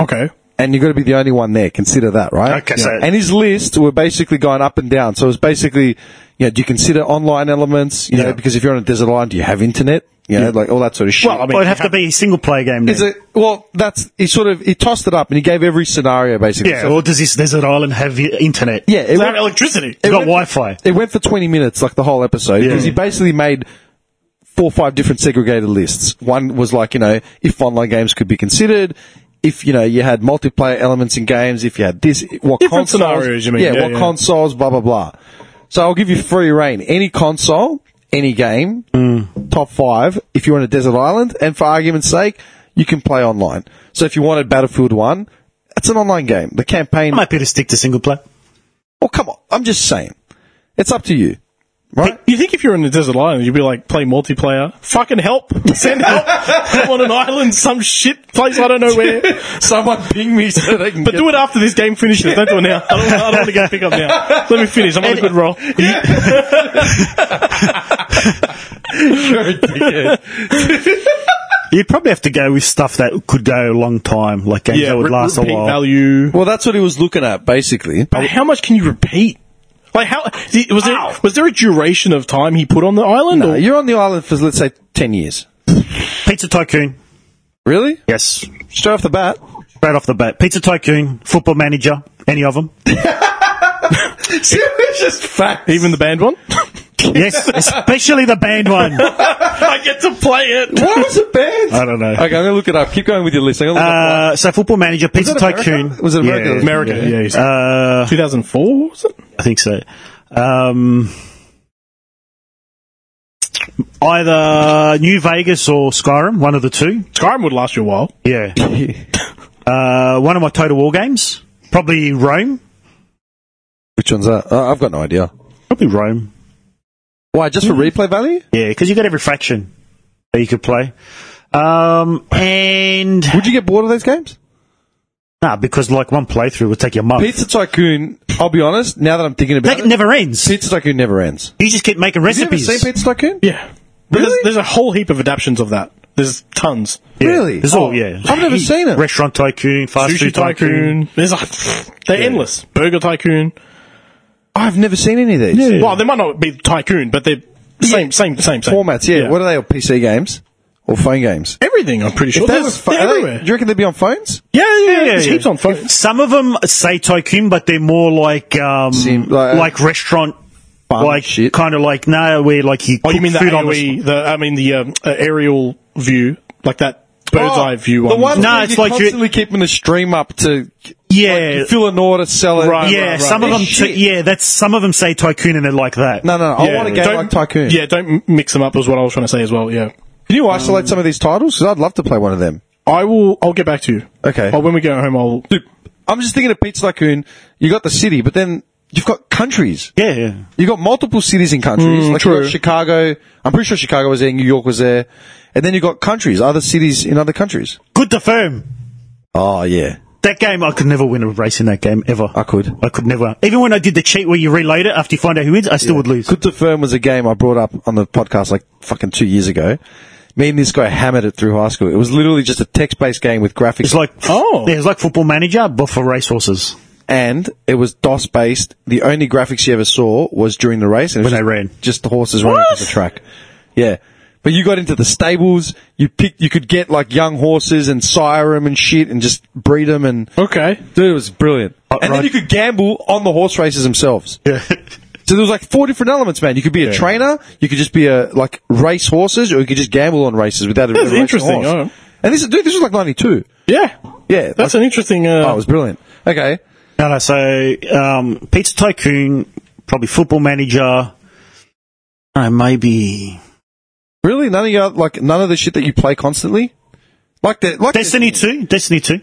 Speaker 2: Okay.
Speaker 1: and you've got to be the only one there. Consider that, right?
Speaker 3: Okay, so-
Speaker 1: Yeah. and his list were basically going up and down. So it's basically, you know, do you consider online elements? You know,
Speaker 3: Yeah.
Speaker 1: because if you're on a desert island, do you have internet? You know, like all that sort of shit.
Speaker 3: Well, it'd have to be a single player game. Then.
Speaker 1: Is it, well, that's he sort of he tossed it up and he gave every scenario basically.
Speaker 3: yeah,
Speaker 1: So-
Speaker 3: or does this desert island have i- internet?
Speaker 1: Yeah, it
Speaker 3: it
Speaker 1: went-
Speaker 3: electricity. It's got
Speaker 1: went-
Speaker 3: Wi-Fi.
Speaker 1: it went for 20 minutes, like the whole episode, because he basically made four or five different segregated lists. One was like, you know, if online games could be considered, if, you know, you had multiplayer elements in games, if you had this, what
Speaker 2: Different
Speaker 1: consoles.
Speaker 2: scenarios, you mean.
Speaker 1: Yeah,
Speaker 2: Yeah,
Speaker 1: what
Speaker 2: yeah.
Speaker 1: consoles, blah, blah, blah. So I'll give you free reign. Any console, any game,
Speaker 2: Mm.
Speaker 1: top five, if you're on a desert island, and for argument's sake, you can play online. So if you wanted Battlefield 1, it's an online game. The campaign.
Speaker 3: I'm happy to stick to single player.
Speaker 1: Oh, come on. I'm just saying. It's up to you. Right?
Speaker 2: You think if you're in a desert island, you'd be like, play multiplayer. Fucking help. Send help. I'm on an island, some shit place, I don't know where.
Speaker 1: Someone ping me so they can
Speaker 2: But do it after this game finishes. Don't do it now. I don't, I don't want to get pick up now. Let me finish. I'm on a good roll.
Speaker 3: You'd probably have to go with stuff that could go a long time, like games that would
Speaker 2: re-
Speaker 3: last a
Speaker 2: repeat
Speaker 3: while.
Speaker 2: value.
Speaker 1: Well, that's what he was looking at, basically.
Speaker 2: But how much can you repeat? Like how was there
Speaker 3: Ow.
Speaker 2: was there a duration of time he put on the island?
Speaker 1: No,
Speaker 2: or-
Speaker 1: you're on the island for, let's say, 10 years.
Speaker 3: Pizza Tycoon.
Speaker 1: Really?
Speaker 3: Yes.
Speaker 1: Straight off the bat?
Speaker 3: Right off the bat. Pizza Tycoon, Football Manager, any of them.
Speaker 1: just fact.
Speaker 2: even the band one?
Speaker 3: yes, especially the band one.
Speaker 2: I get to play it.
Speaker 1: What was it banned?
Speaker 3: I don't know.
Speaker 1: Okay, I'm going to look it up. Keep going with your list. I'm gonna look up-
Speaker 3: Uh, so Football Manager, Pizza
Speaker 1: it America?
Speaker 3: Tycoon.
Speaker 1: Was it America?
Speaker 3: Yeah,
Speaker 2: America, yeah, you said.
Speaker 3: Uh,
Speaker 2: 2004 was it?
Speaker 3: I think so. Um, either New Vegas or Skyrim, one of the two.
Speaker 2: Skyrim would last you a while.
Speaker 3: Yeah. uh, one of my Total War games, probably Rome.
Speaker 1: Which one's that? Uh, I've got no idea.
Speaker 3: Probably Rome.
Speaker 1: Why, just for replay value?
Speaker 3: Yeah, because you got every faction that you could play. Um, and
Speaker 1: Would you get bored of those games?
Speaker 3: nah, because like one playthrough would take you a month.
Speaker 1: Pizza Tycoon, I'll be honest, now that I'm thinking about
Speaker 3: That
Speaker 1: it,
Speaker 3: never ends.
Speaker 1: Pizza Tycoon never ends.
Speaker 3: You just keep making
Speaker 1: Have you ever
Speaker 3: recipes.
Speaker 1: seen Pizza Tycoon?
Speaker 2: Yeah. But There's, there's a whole heap of adaptions of that. There's tons.
Speaker 3: Yeah.
Speaker 1: Really? Oh.
Speaker 3: There's all, yeah.
Speaker 1: I've never seen it.
Speaker 3: Restaurant Tycoon, Fast
Speaker 2: Sushi
Speaker 3: Food Tycoon.
Speaker 2: Tycoon. There's like they're endless. Burger Tycoon.
Speaker 1: Oh, I've never seen any of these.
Speaker 2: Well, they might not be Tycoon, but they're same, same, same, same.
Speaker 1: Formats, yeah. What are they, all PC games? Or phone games?
Speaker 2: Everything, I'm pretty sure.
Speaker 1: They
Speaker 2: There's-
Speaker 1: were
Speaker 2: they're
Speaker 1: fu- are they-
Speaker 2: everywhere.
Speaker 1: do you reckon they'd be on phones?
Speaker 2: Yeah, yeah, yeah. There's
Speaker 3: yeah.
Speaker 2: heaps on phones.
Speaker 3: Some of them say tycoon, but they're more like um,
Speaker 1: Sim- like-
Speaker 3: like, restaurant,
Speaker 1: Farm
Speaker 3: like
Speaker 1: shit.
Speaker 3: kind of like no, where like you
Speaker 2: Oh, you
Speaker 3: cook
Speaker 2: mean the
Speaker 3: food on the
Speaker 2: AOE, the, I mean the um, uh, aerial view, like that bird's
Speaker 1: Oh,
Speaker 2: eye view
Speaker 1: The
Speaker 2: one.
Speaker 1: ones
Speaker 3: No,
Speaker 1: where
Speaker 3: it's
Speaker 1: you're
Speaker 3: like you-
Speaker 1: constantly keeping the stream up to
Speaker 3: yeah,
Speaker 1: like, you fill an order, sell it.
Speaker 2: Right,
Speaker 3: yeah. Some of
Speaker 1: They're
Speaker 3: them,
Speaker 1: shit.
Speaker 3: t- yeah, that's some of them say tycoon and they're like that.
Speaker 1: No, no, no. I
Speaker 2: Yeah.
Speaker 1: want a game
Speaker 2: Don't-
Speaker 1: like Tycoon.
Speaker 2: Yeah, don't m- mix them up. Was what I was trying to say as well. Yeah,
Speaker 1: Can you isolate some of these titles? Because I'd love to play one of them.
Speaker 2: I will. I'll get back to you.
Speaker 1: Okay.
Speaker 2: Or when we go home, I'll.
Speaker 1: Dude, I'm just thinking of Pizza Tycoon. You got the city, but then you've got countries.
Speaker 3: Yeah, yeah.
Speaker 1: You got multiple cities in countries. like you
Speaker 2: true.
Speaker 1: got Chicago. I'm pretty sure Chicago was there. New York was there. And then you got countries, other cities in other countries.
Speaker 3: Good to firm.
Speaker 1: Oh yeah,
Speaker 3: That game, I could never win a race in that game ever.
Speaker 1: I could.
Speaker 3: I could never. Even when I did the cheat where you reload it after you find out who wins, I still would lose.
Speaker 1: Good to Firm was a game I brought up on the podcast like fucking two years ago. Me and this guy hammered it through high school. It was literally just a text-based game with graphics,
Speaker 3: It's like
Speaker 2: Oh.
Speaker 3: yeah, it's like Football Manager, but for racehorses
Speaker 1: and it was DOS-based. The only graphics you ever saw was during the race, and it was
Speaker 3: When they
Speaker 1: just-
Speaker 3: ran.
Speaker 1: just the horses running across the track. Yeah, but you got into the stables. You picked. You could get like young horses and sire them and shit, and just breed them. And
Speaker 2: Okay.
Speaker 1: dude, it was brilliant. and then
Speaker 3: right.
Speaker 1: you could gamble on the horse races themselves.
Speaker 3: Yeah.
Speaker 1: So there was like four different elements, man. You could be a trainer, you could just be a like race horses, or you could just gamble on races without a
Speaker 2: That's
Speaker 1: a racing
Speaker 2: interesting,
Speaker 1: horse.
Speaker 2: alright.
Speaker 1: And this is dude, this was like ninety two.
Speaker 2: Yeah.
Speaker 1: Yeah,
Speaker 2: That's
Speaker 1: like,
Speaker 2: an interesting. Uh,
Speaker 1: oh, it was brilliant. Okay,
Speaker 3: No, no. So, um, Pizza Tycoon, probably Football Manager. Uh, maybe
Speaker 1: really, none of your like none of the shit that you play constantly, like the like
Speaker 3: Destiny Two. Destiny Two.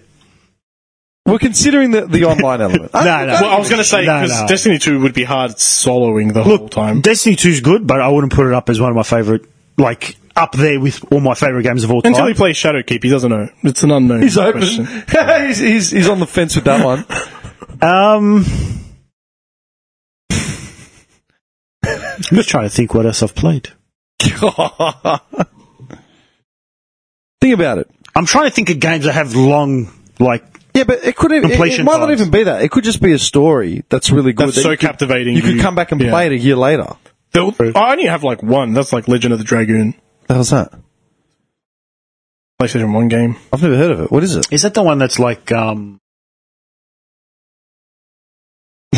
Speaker 1: We're considering the, the online element. Ah, I don't
Speaker 3: no.
Speaker 1: know.
Speaker 2: well, I was going to say
Speaker 3: No,
Speaker 2: because
Speaker 3: no.
Speaker 2: Destiny Two would be hard soloing the whole
Speaker 3: Look,
Speaker 2: time.
Speaker 3: Destiny Two is good, but I wouldn't put it up as one of my favorite. Like up there with all my favorite games of all time.
Speaker 2: Until he plays Shadowkeep, he doesn't know. It's an unknown.
Speaker 1: he's open.
Speaker 2: question.
Speaker 1: he's, he's he's on the fence with that one.
Speaker 3: um, I'm just trying to think what else I've played.
Speaker 1: Think about it.
Speaker 3: I'm trying to think of games that have long, like
Speaker 1: Yeah, but it could even, it, it
Speaker 3: Completion
Speaker 1: might not
Speaker 3: times.
Speaker 1: even be that. It could just be a story that's really good.
Speaker 2: That's
Speaker 1: that
Speaker 2: so
Speaker 1: you could-
Speaker 2: captivating,
Speaker 1: You could
Speaker 2: you-
Speaker 1: come back and
Speaker 2: yeah.
Speaker 1: play it a year later.
Speaker 2: The- I only have like one. That's like Legend of the Dragoon
Speaker 1: That was that.
Speaker 2: PlayStation One game.
Speaker 1: I've never heard of it. What is it?
Speaker 3: Is that the one that's like um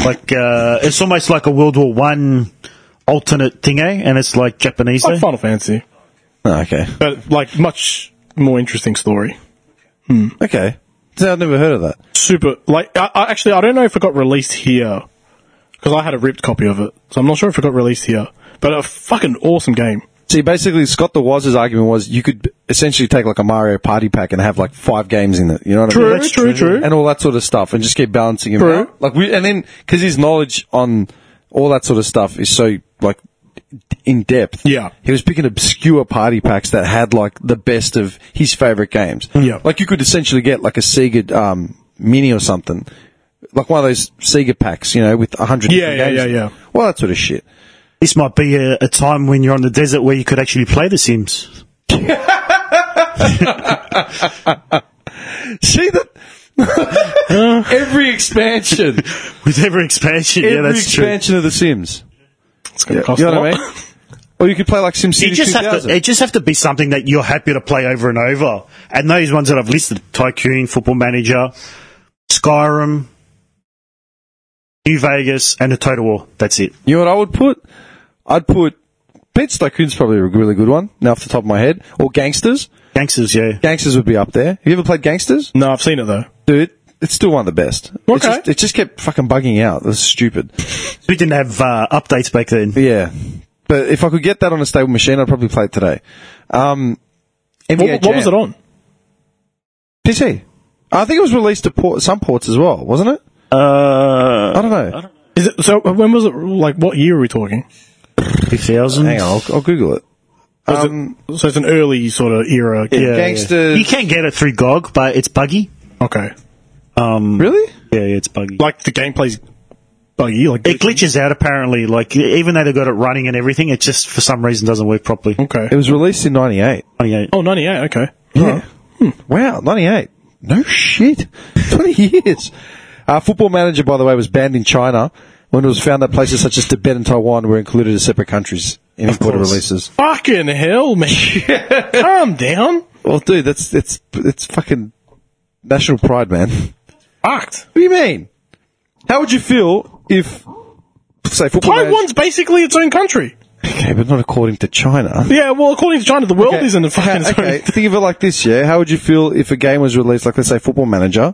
Speaker 3: like uh it's almost like a World War One alternate thing, eh? And it's like Japanese.
Speaker 2: It's like
Speaker 3: eh?
Speaker 2: Final Fantasy,
Speaker 1: Oh, okay.
Speaker 2: but like much more interesting story.
Speaker 1: Okay. So I've never heard of that.
Speaker 2: Super. Like I, I actually, I don't know if it got released here because I had a ripped copy of it, so I'm not sure if it got released here. But a fucking awesome game.
Speaker 1: See, basically, Scott the Waz's argument was you could essentially take like a Mario Party pack and have like five games in it. You know what I mean?
Speaker 2: That's true, true.
Speaker 1: And all that sort of stuff, and just keep balancing him
Speaker 2: True.
Speaker 1: out. Like we, and then because his knowledge on all that sort of stuff is so like in depth.
Speaker 2: Yeah.
Speaker 1: he was picking obscure party packs that had like the best of his favorite games.
Speaker 2: Yeah.
Speaker 1: like you could essentially get like a Sega um, Mini or something, like one of those Sega packs, you know, with a hundred.
Speaker 2: Yeah,
Speaker 1: different
Speaker 2: yeah,
Speaker 1: games.
Speaker 2: yeah, yeah.
Speaker 1: Well, that sort of shit.
Speaker 3: This might be a, a time when you're on the desert where you could actually play The Sims.
Speaker 1: See that. Every expansion.
Speaker 3: With every expansion, yeah,
Speaker 1: every
Speaker 3: that's
Speaker 1: expansion of The Sims.
Speaker 2: It's gonna cost
Speaker 1: you
Speaker 2: a
Speaker 1: know what
Speaker 2: lot.
Speaker 1: I mean? Or you could play like SimCity
Speaker 3: true. You just have
Speaker 1: 2000.
Speaker 3: to, it just have to be something that you're happy to play over and over. And those ones that I've listed, Tycoon, Football Manager, Skyrim, New Vegas, and the Total War. That's it.
Speaker 1: you know what I would put? I'd put Pets Tycoon's probably a really good one, now off the top of my head. Or Gangsters.
Speaker 3: Gangsters, yeah.
Speaker 1: Gangsters would be up there. Have you ever played Gangsters?
Speaker 2: No, I've seen it though.
Speaker 1: Dude, it's still one of the best. It
Speaker 2: Okay.
Speaker 1: just, it just kept fucking bugging out. That's stupid.
Speaker 3: We didn't have uh, updates back then.
Speaker 1: But yeah. But if I could get that on a stable machine, I'd probably play it today. Um,
Speaker 2: What,
Speaker 1: NBA
Speaker 2: what was
Speaker 1: Jam.
Speaker 2: it on?
Speaker 1: PC. I think it was released to port, some ports as well, wasn't it?
Speaker 3: Uh,
Speaker 1: I don't know.
Speaker 2: Is it so? When was it? Like what year are we talking?
Speaker 3: 2000.
Speaker 1: Hang on, I'll, I'll Google it.
Speaker 2: Was it-
Speaker 1: Um,
Speaker 2: so it's an early sort of era.
Speaker 3: Yeah,
Speaker 1: Gangsters-
Speaker 3: You can get it through GOG, but it's buggy.
Speaker 2: Okay.
Speaker 3: Um,
Speaker 1: Really?
Speaker 3: Yeah, yeah, it's buggy.
Speaker 2: Like the gameplay's buggy. Like
Speaker 3: it glitches out apparently. Like even though they got it running and everything, it just for some reason doesn't work properly.
Speaker 2: Okay.
Speaker 1: It was released in 98.
Speaker 3: Okay.
Speaker 2: oh, 98, Okay.
Speaker 1: Yeah. Hmm. Wow, 98. No shit. 20 years. Uh, football manager, by the way, was banned in China when it was found that places such as Tibet and Taiwan were included as separate countries in imported
Speaker 3: course.
Speaker 1: releases.
Speaker 2: Fucking hell, man. Calm down.
Speaker 1: Well, dude, that's, it's, it's fucking national pride, man. What
Speaker 2: Fucked.
Speaker 1: do you mean? How would you feel if, say, football manager-
Speaker 2: Taiwan's basically its own country.
Speaker 1: Okay, but not according to China.
Speaker 2: Yeah, well, according to China, the world is in the fucking
Speaker 1: okay,
Speaker 2: zone.
Speaker 1: okay, think of it like this, yeah? How would you feel if a game was released, like, let's say, Football Manager,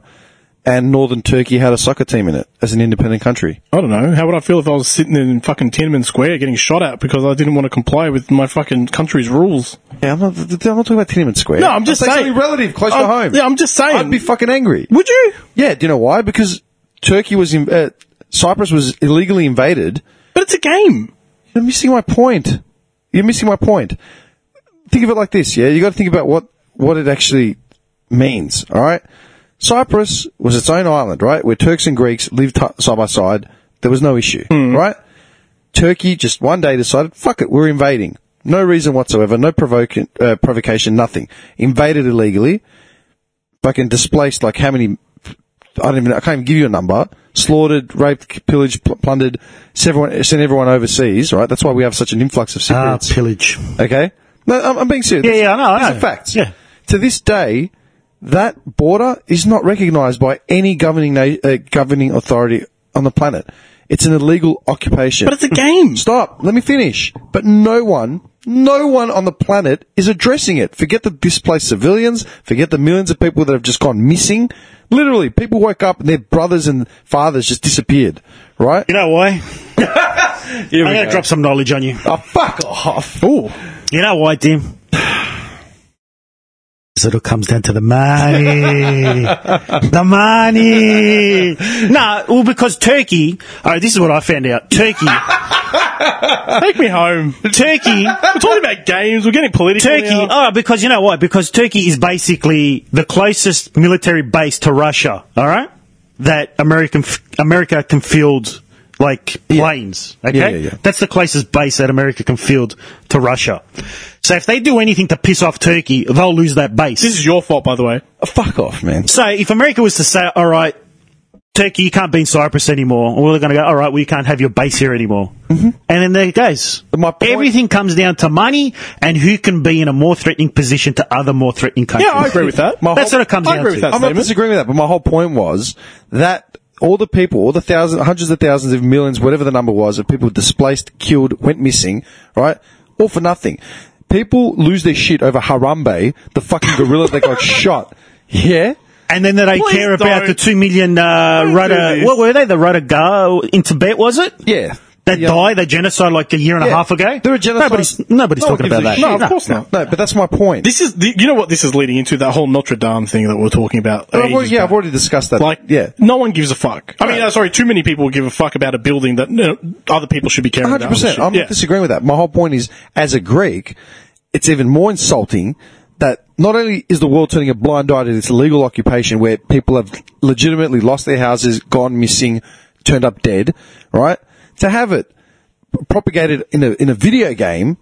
Speaker 1: and Northern Turkey had a soccer team in it as an independent country?
Speaker 2: I don't know. How would I feel if I was sitting in fucking Tiananmen Square getting shot at because I didn't want to comply with my fucking country's rules?
Speaker 1: Yeah, I'm not, I'm not talking about Tiananmen Square.
Speaker 2: No, I'm just
Speaker 1: saying
Speaker 2: saying.
Speaker 1: something relative, close to
Speaker 2: I'm-
Speaker 1: home.
Speaker 2: Yeah, I'm just saying.
Speaker 1: I'd be fucking angry.
Speaker 2: would you?
Speaker 1: Yeah, do you know why? Because Turkey was, in, uh, Cyprus was illegally invaded.
Speaker 2: But it's a game.
Speaker 1: You're missing my point. You're missing my point. Think of it like this, yeah? You gotta think about what, what it actually means, alright? Cyprus was its own island, right? Where Turks and Greeks lived t- side by side. There was no issue, right? Turkey just one day decided, fuck it, we're invading. No reason whatsoever, no provoca- uh, provocation, nothing. Invaded illegally. Fucking displaced like how many, I don't even, I can't even give you a number. Slaughtered, raped, pillaged, pl- plundered, sent everyone, sent everyone overseas, right? That's why we have such an influx of
Speaker 3: Ah,
Speaker 1: Cypriots.
Speaker 3: pillage.
Speaker 1: okay? No, I'm, I'm being serious.
Speaker 3: Yeah, yeah, I know. I
Speaker 1: These
Speaker 3: know.
Speaker 1: are facts.
Speaker 3: Yeah.
Speaker 1: To this day, that border is not recognised by any governing na- uh, governing authority on the planet. It's an illegal occupation.
Speaker 2: But it's a game.
Speaker 1: Stop. Let me finish. But no one, no one on the planet is addressing it. Forget the displaced civilians. Forget the millions of people that have just gone missing. Literally, people woke up and their brothers and fathers just disappeared. Right?
Speaker 3: You know why? I'm going to drop some knowledge on you.
Speaker 1: Oh, fuck off. Ah, Ooh.
Speaker 3: You know why, Tim? 'Cause It all comes down to the money. the money. No, well, because Turkey. All right, this is what I found out. Turkey.
Speaker 2: Take me home.
Speaker 3: Turkey.
Speaker 2: We're talking about games. We're getting political.
Speaker 3: Turkey.
Speaker 2: now.
Speaker 3: Oh, because you know why? Because Turkey is basically the closest military base to Russia. All right, that American America can field like planes. Okay,
Speaker 1: Yeah, yeah, yeah.
Speaker 3: that's the closest base that America can field to Russia. So if they do anything to piss off Turkey, they'll lose that base.
Speaker 2: This is your fault, by the way.
Speaker 1: Fuck off, man.
Speaker 3: So if America was to say, all right, Turkey, you can't be in Cyprus anymore, or they're going to go, all right, well, you can't have your base here anymore.
Speaker 2: Mm-hmm.
Speaker 3: And then there it goes.
Speaker 1: But my point-
Speaker 3: Everything comes down to money and who can be in a more threatening position to other more threatening countries.
Speaker 2: Yeah, I agree with that.
Speaker 1: My
Speaker 3: That's
Speaker 1: whole-
Speaker 3: what it comes
Speaker 2: I
Speaker 3: down
Speaker 2: agree with
Speaker 3: to.
Speaker 2: that.
Speaker 1: I'm not
Speaker 2: statement.
Speaker 1: disagreeing with that, but my whole point was that all the people, all the thousands, hundreds of thousands of millions, whatever the number was, of people displaced, killed, went missing, right? All for nothing. People lose their shit over Harambe, the fucking gorilla that got shot. Yeah?
Speaker 3: And then they don't
Speaker 2: Please
Speaker 3: care about
Speaker 2: don't.
Speaker 3: the two million uh,
Speaker 2: Don't do
Speaker 3: Rada.
Speaker 2: this.
Speaker 3: What were they? The Rada Ga in Tibet, was it?
Speaker 1: Yeah.
Speaker 3: That
Speaker 1: Yeah.
Speaker 3: died, they genocide like a year and
Speaker 1: Yeah.
Speaker 3: a half ago.
Speaker 1: They're a genocide.
Speaker 3: Nobody's, nobody's
Speaker 1: No one
Speaker 3: talking
Speaker 1: gives
Speaker 3: about that.
Speaker 1: a
Speaker 2: No,
Speaker 1: shit.
Speaker 2: of course not.
Speaker 1: No, but that's my point.
Speaker 2: This is the, you know what this is leading into that whole Notre Dame thing that we we're talking about.
Speaker 1: I've already-
Speaker 2: ages
Speaker 1: yeah,
Speaker 2: back.
Speaker 1: I've already discussed that.
Speaker 2: Like,
Speaker 1: yeah.
Speaker 2: no one gives a fuck. I mean, uh, sorry, too many people give a fuck about a building that you know, other people should be caring
Speaker 1: hundred
Speaker 2: about.
Speaker 1: percent. I'm
Speaker 2: Yeah.
Speaker 1: not disagreeing with that. My whole point is, as a Greek, it's even more insulting that not only is the world turning a blind eye to this illegal occupation where people have legitimately lost their houses, gone missing, turned up dead, right? To have it propagated in a in a video game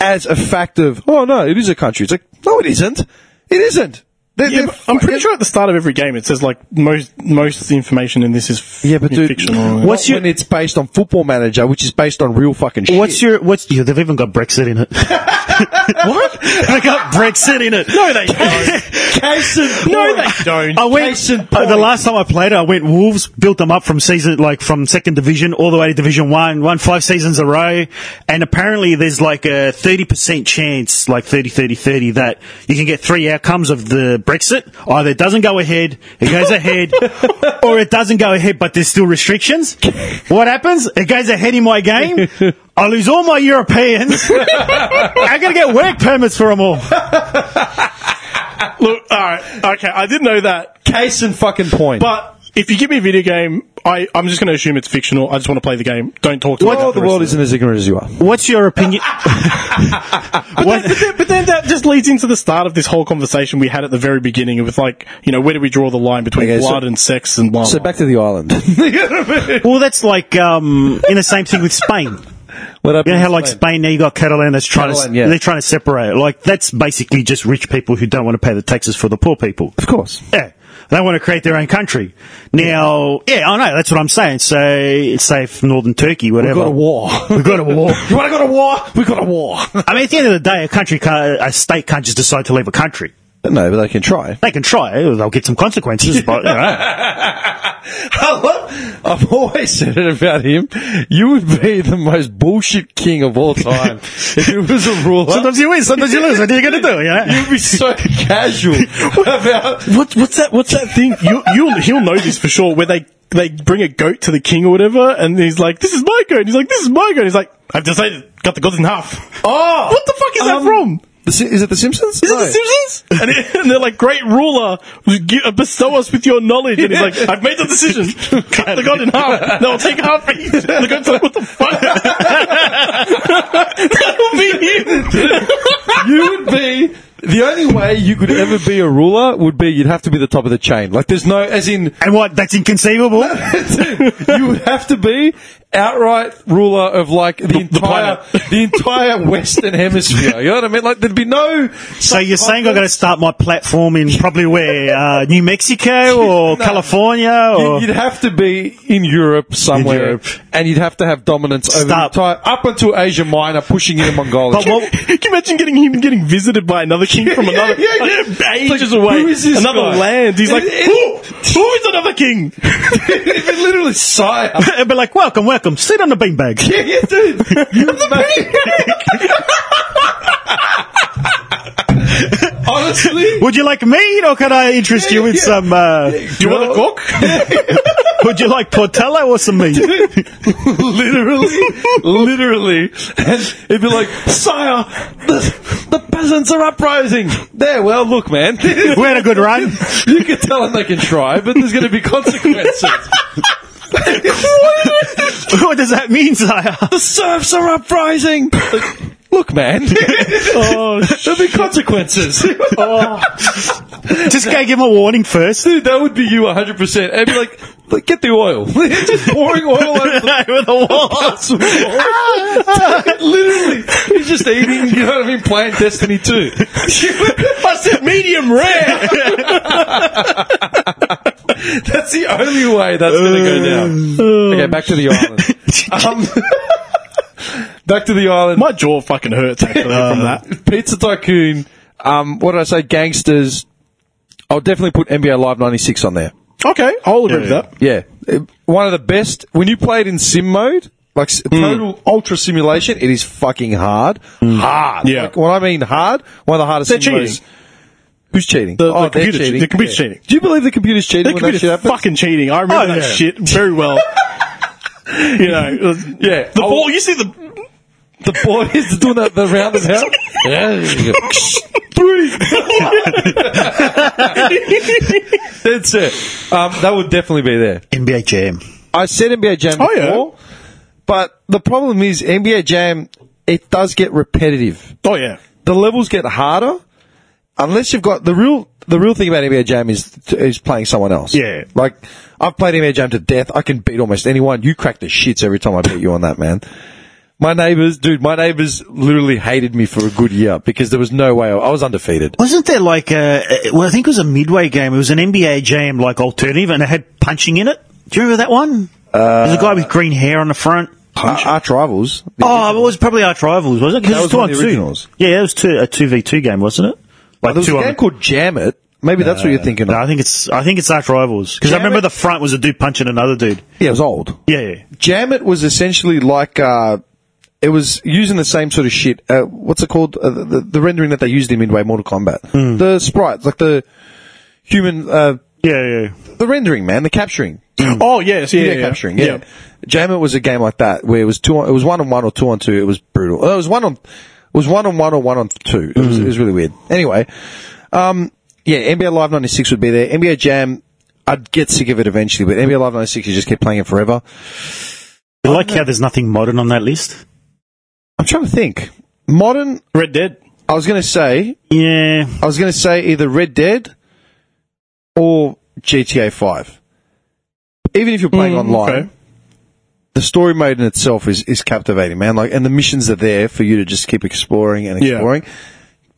Speaker 1: as a fact of, oh no, it is a country. It's like, no, it isn't. It isn't. They're-
Speaker 2: Yeah,
Speaker 1: they're
Speaker 2: but I'm pretty
Speaker 1: fucking-
Speaker 2: sure at the start of every game it says like most most information in this is f-
Speaker 1: Yeah, but dude,
Speaker 2: fictional.
Speaker 1: what's your, when it's based on Football Manager, which is based on real fucking shit.
Speaker 3: What's your, what's, yeah, they've even got Brexit in it. what? they got Brexit in it.
Speaker 2: no, they don't.
Speaker 1: case in
Speaker 2: No,
Speaker 1: point.
Speaker 2: they don't.
Speaker 3: I went.
Speaker 1: Case in
Speaker 3: uh, the
Speaker 1: point.
Speaker 3: last time I played it, I went Wolves, built them up from season like from second division all the way to Division One, won five seasons a row, and apparently there's like a thirty percent chance, like 30, 30, 30, that you can get three outcomes of the Brexit: either it doesn't go ahead, it goes ahead, or it doesn't go ahead, but there's still restrictions. What happens? It goes ahead in my game. I lose all my Europeans. I'm gonna get work permits for them all.
Speaker 2: Look, all right, okay, I did know that,
Speaker 1: case and fucking point.
Speaker 2: but if you give me a video game, I I'm just going to assume it's fictional. I just want to play the game. Don't talk to me.
Speaker 1: well,
Speaker 2: about
Speaker 1: the
Speaker 2: rest
Speaker 1: world
Speaker 2: of it.
Speaker 1: isn't as ignorant as you are.
Speaker 3: What's your opinion?
Speaker 2: But then, but, then, but then that just leads into the start of this whole conversation we had at the very beginning with like, you know, where do we draw the line between
Speaker 1: Okay, so-
Speaker 2: blood and sex and blah,
Speaker 1: So
Speaker 2: blah.
Speaker 1: back to the island.
Speaker 3: Well, that's like um, in the same thing with Spain.
Speaker 1: what up?
Speaker 3: You know how like Spain now you got Catalan that's trying
Speaker 1: Catalan,
Speaker 3: to
Speaker 1: yeah.
Speaker 3: they're trying to separate it. Like that's basically just rich people who don't want to pay the taxes for the poor people.
Speaker 1: Of course.
Speaker 3: Yeah. They want to create their own country. Now, yeah, I know, that's what I'm saying. So, it's safe northern Turkey, whatever.
Speaker 1: We've got a war.
Speaker 3: We've got a war.
Speaker 1: you want to go to war? We've got a war.
Speaker 3: I mean, at the end of the day, a country can't, a state can't just decide to leave a country.
Speaker 1: no, but they can try.
Speaker 3: They can try, they'll get some consequences, but, you know.
Speaker 1: I love, I've always said it about him. You would be the most bullshit king of all time if you was a ruler.
Speaker 3: Sometimes you win, sometimes you lose. What are you going to do, you know?
Speaker 1: You'd be so casual about.
Speaker 2: what, what's that, what's that thing? You, you'll, he'll know this for sure where they, they bring a goat to the king or whatever and he's like, this is my goat. And he's like, this is my goat. And he's like, I've decided, cut the goat in half.
Speaker 1: Oh,
Speaker 2: What the fuck is that
Speaker 1: um,
Speaker 2: from?
Speaker 1: The, Si- is it The Simpsons?
Speaker 2: Is it The Simpsons? And, it- and they're like, great ruler, gi- uh, bestow us with your knowledge. And he's like, I've made the decision. Cut the god in half. No, I'll take half each. And the god's like, what the fuck? that will be him.
Speaker 1: you would be the only way you could ever be a ruler would be you'd have to be the top of the chain. Like there's no as in
Speaker 3: And what, that's inconceivable?
Speaker 1: you would have to be outright ruler of like the, entire the entire Western Hemisphere. You know what I mean? Like there'd be no
Speaker 3: So you're saying I've got to start my platform in probably where uh, New Mexico or
Speaker 1: No.
Speaker 3: California
Speaker 2: Oh.
Speaker 1: you-
Speaker 3: or
Speaker 1: You'd have to be in Europe somewhere,
Speaker 3: Europe.
Speaker 1: and you'd have to have dominance over the
Speaker 3: Stop.
Speaker 1: entire up until Asia Minor, pushing into Mongolia.
Speaker 3: But what-
Speaker 2: Can you imagine getting him getting visited by another king from another
Speaker 1: Yeah, yeah, yeah.
Speaker 2: like, ages
Speaker 1: It's like,
Speaker 2: away,
Speaker 1: who is this
Speaker 2: another
Speaker 1: guy?
Speaker 2: land? He's like,
Speaker 1: It-
Speaker 2: who? Who is another king?
Speaker 1: It'd be literally sire.
Speaker 3: It'd be like, welcome, welcome, sit on the beanbag.
Speaker 1: Yeah, yeah, dude. You mate. Honestly,
Speaker 3: Would you like meat or can I interest you in
Speaker 1: Yeah.
Speaker 3: some, uh,
Speaker 2: Do you want to cook?
Speaker 3: would you like portello or some meat?
Speaker 1: literally, literally, and it'd be like, sire, the, the peasants are uprising. There, well, look, man,
Speaker 3: We had a good run.
Speaker 1: you can tell them they can try, but there's going to be consequences.
Speaker 3: what does that mean, Zaya?
Speaker 1: the serfs are uprising. Like, Look, man, oh, there'll be consequences.
Speaker 3: Just go give him a warning first.
Speaker 1: Dude, that would be you 100%. I'd be like, Like, get the oil. just pouring oil over the
Speaker 3: Over the wall.
Speaker 1: glass wall. Literally, he's just eating. You know what I mean? Playing Destiny Two. I said medium rare. that's the only way that's going to go down. Okay, back to the island. Um, back to the island.
Speaker 2: My jaw fucking hurts actually from that.
Speaker 1: Pizza Tycoon. Um, what did I say? Gangsters. I'll definitely put NBA Live '96 on there.
Speaker 2: Okay, I'll agree with that.
Speaker 1: Yeah, Uh, one of the best. When you play it in sim mode, like
Speaker 2: Hmm.
Speaker 1: s- total ultra simulation, it is fucking hard, hard.
Speaker 2: Hmm. Yeah.
Speaker 1: Like, when I mean hard, one of the hardest.
Speaker 2: They're
Speaker 1: sim modes-
Speaker 2: cheating.
Speaker 1: Who's cheating? Oh,
Speaker 2: The- the
Speaker 1: they're
Speaker 2: computer's- the computer's cheating.
Speaker 1: Do you believe the computer's cheating?
Speaker 2: The
Speaker 1: when that
Speaker 2: computer's
Speaker 1: shit happens?
Speaker 2: fucking cheating. I remember
Speaker 1: Oh,
Speaker 2: that
Speaker 1: yeah.
Speaker 2: shit very well. you know,
Speaker 1: Yeah.
Speaker 2: the
Speaker 1: I'll-
Speaker 2: ball. You see the
Speaker 1: The boys doing that the round and round. That's it. Um, that would definitely be there.
Speaker 3: NBA Jam.
Speaker 1: I said NBA Jam
Speaker 2: Oh,
Speaker 1: before,
Speaker 2: yeah.
Speaker 1: but the problem is NBA Jam. It does get repetitive.
Speaker 2: oh yeah.
Speaker 1: the levels get harder unless you've got the real the real thing about NBA Jam is is playing someone else.
Speaker 2: Yeah.
Speaker 1: like I've played NBA Jam to death. I can beat almost anyone. You crack the shits every time I beat you on that, man. My neighbors, dude, my neighbors literally hated me for a good year because there was no way I was undefeated.
Speaker 3: Wasn't there like a, well, I think it was a midway game. It was an NBA Jam like alternative and it had punching in it. Do you remember that one? Uh, There's a guy with green hair on the front.
Speaker 1: Our, our rivals.
Speaker 3: Oh, it was probably Arch Rivals, was it? 'Cause
Speaker 1: That
Speaker 3: it
Speaker 1: was
Speaker 3: two
Speaker 1: one
Speaker 3: on
Speaker 1: of the
Speaker 3: two.
Speaker 1: originals.
Speaker 3: Yeah, it was two, a 2v2 game, wasn't it? Like
Speaker 1: there was a
Speaker 3: two on-
Speaker 1: game called Jam It. Maybe that's what you're thinking
Speaker 3: No,
Speaker 1: of.
Speaker 3: I think it's, I think it's Arch Rivals. Because I
Speaker 1: Jam
Speaker 3: remember
Speaker 1: it-
Speaker 3: the front was a dude punching another dude.
Speaker 1: Yeah, it was old.
Speaker 3: Yeah, yeah.
Speaker 1: Jam It was essentially like uh, it was using the same sort of shit. Uh, what's it called? Uh, the, the rendering that they used in Midway Mortal Kombat. The sprites, like the human, uh,
Speaker 3: Yeah, yeah.
Speaker 1: the rendering, man, the capturing,
Speaker 2: Oh yes, yeah,
Speaker 1: yeah,
Speaker 2: yeah, yeah.
Speaker 1: capturing. Yeah. Jam It was a game like that where it was two. On, it was one on one or two on two. It was brutal. Uh, It was one on. It was one on one or one on two. It was, it was really weird. Anyway, um, yeah, NBA Live '96 would be there. NBA Jam. I'd get sick of it eventually, but NBA Live 96, you just keep playing it forever.
Speaker 3: I like how there's nothing modern on that list.
Speaker 1: I'm trying to think. Modern,
Speaker 2: Red Dead.
Speaker 1: I was going to say,
Speaker 3: Yeah.
Speaker 1: I was going to say either Red Dead or GTA Five. Even if you're playing online,
Speaker 2: Mm, okay.
Speaker 1: the story mode in itself is is captivating, man. Like, and the missions are there for you to just keep exploring and
Speaker 2: Yeah.
Speaker 1: exploring.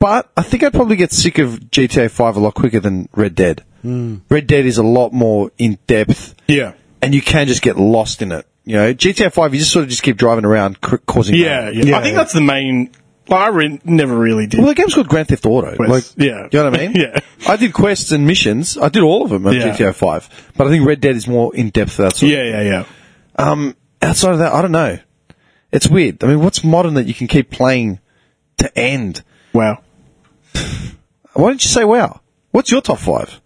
Speaker 1: But I think I'd probably get sick of GTA Five a lot quicker than Red Dead.
Speaker 2: Mm.
Speaker 1: Red Dead is a lot more in depth,
Speaker 2: Yeah.
Speaker 1: and you can just get lost in it. You know, GTA Five, you just sort of just keep driving around, cr- causing
Speaker 2: Yeah,
Speaker 1: mayhem.
Speaker 2: yeah. I think that's the main. Well, I re- never really did.
Speaker 1: Well, the game's called Grand Theft Auto.
Speaker 2: Quests.
Speaker 1: Like,
Speaker 2: Yeah.
Speaker 1: you know what I mean.
Speaker 2: Yeah.
Speaker 1: I did quests and missions. I did all of them on
Speaker 2: Yeah.
Speaker 1: GTA Five, but I think Red Dead is more in depth. for That sort.
Speaker 2: yeah, yeah, yeah.
Speaker 1: Outside of that, I don't know. It's weird. I mean, what's modern that you can keep playing to end?
Speaker 2: Wow.
Speaker 1: Why didn't you say wow? What's your top five?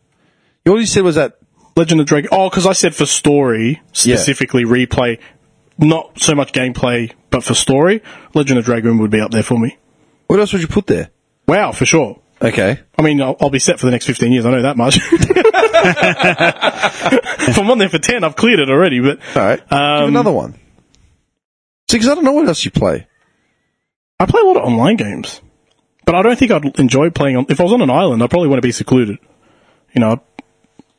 Speaker 1: All you said was that.
Speaker 2: Legend of Dragon. Oh, because I said for story specifically replay, not so much gameplay, but for story, Legend of Dragoon would be up there for me.
Speaker 1: What else would you put there?
Speaker 2: Wow, for sure.
Speaker 1: Okay.
Speaker 2: I mean, I'll, I'll be set for the next fifteen years. I know that much. if I'm on there for ten, I've cleared it already. But
Speaker 1: All right.
Speaker 2: Um,
Speaker 1: Give another one. See, because I don't know what else you play.
Speaker 2: I play a lot of online games, but I don't think I'd enjoy playing on. If I was on an island, I probably want to be secluded. You know,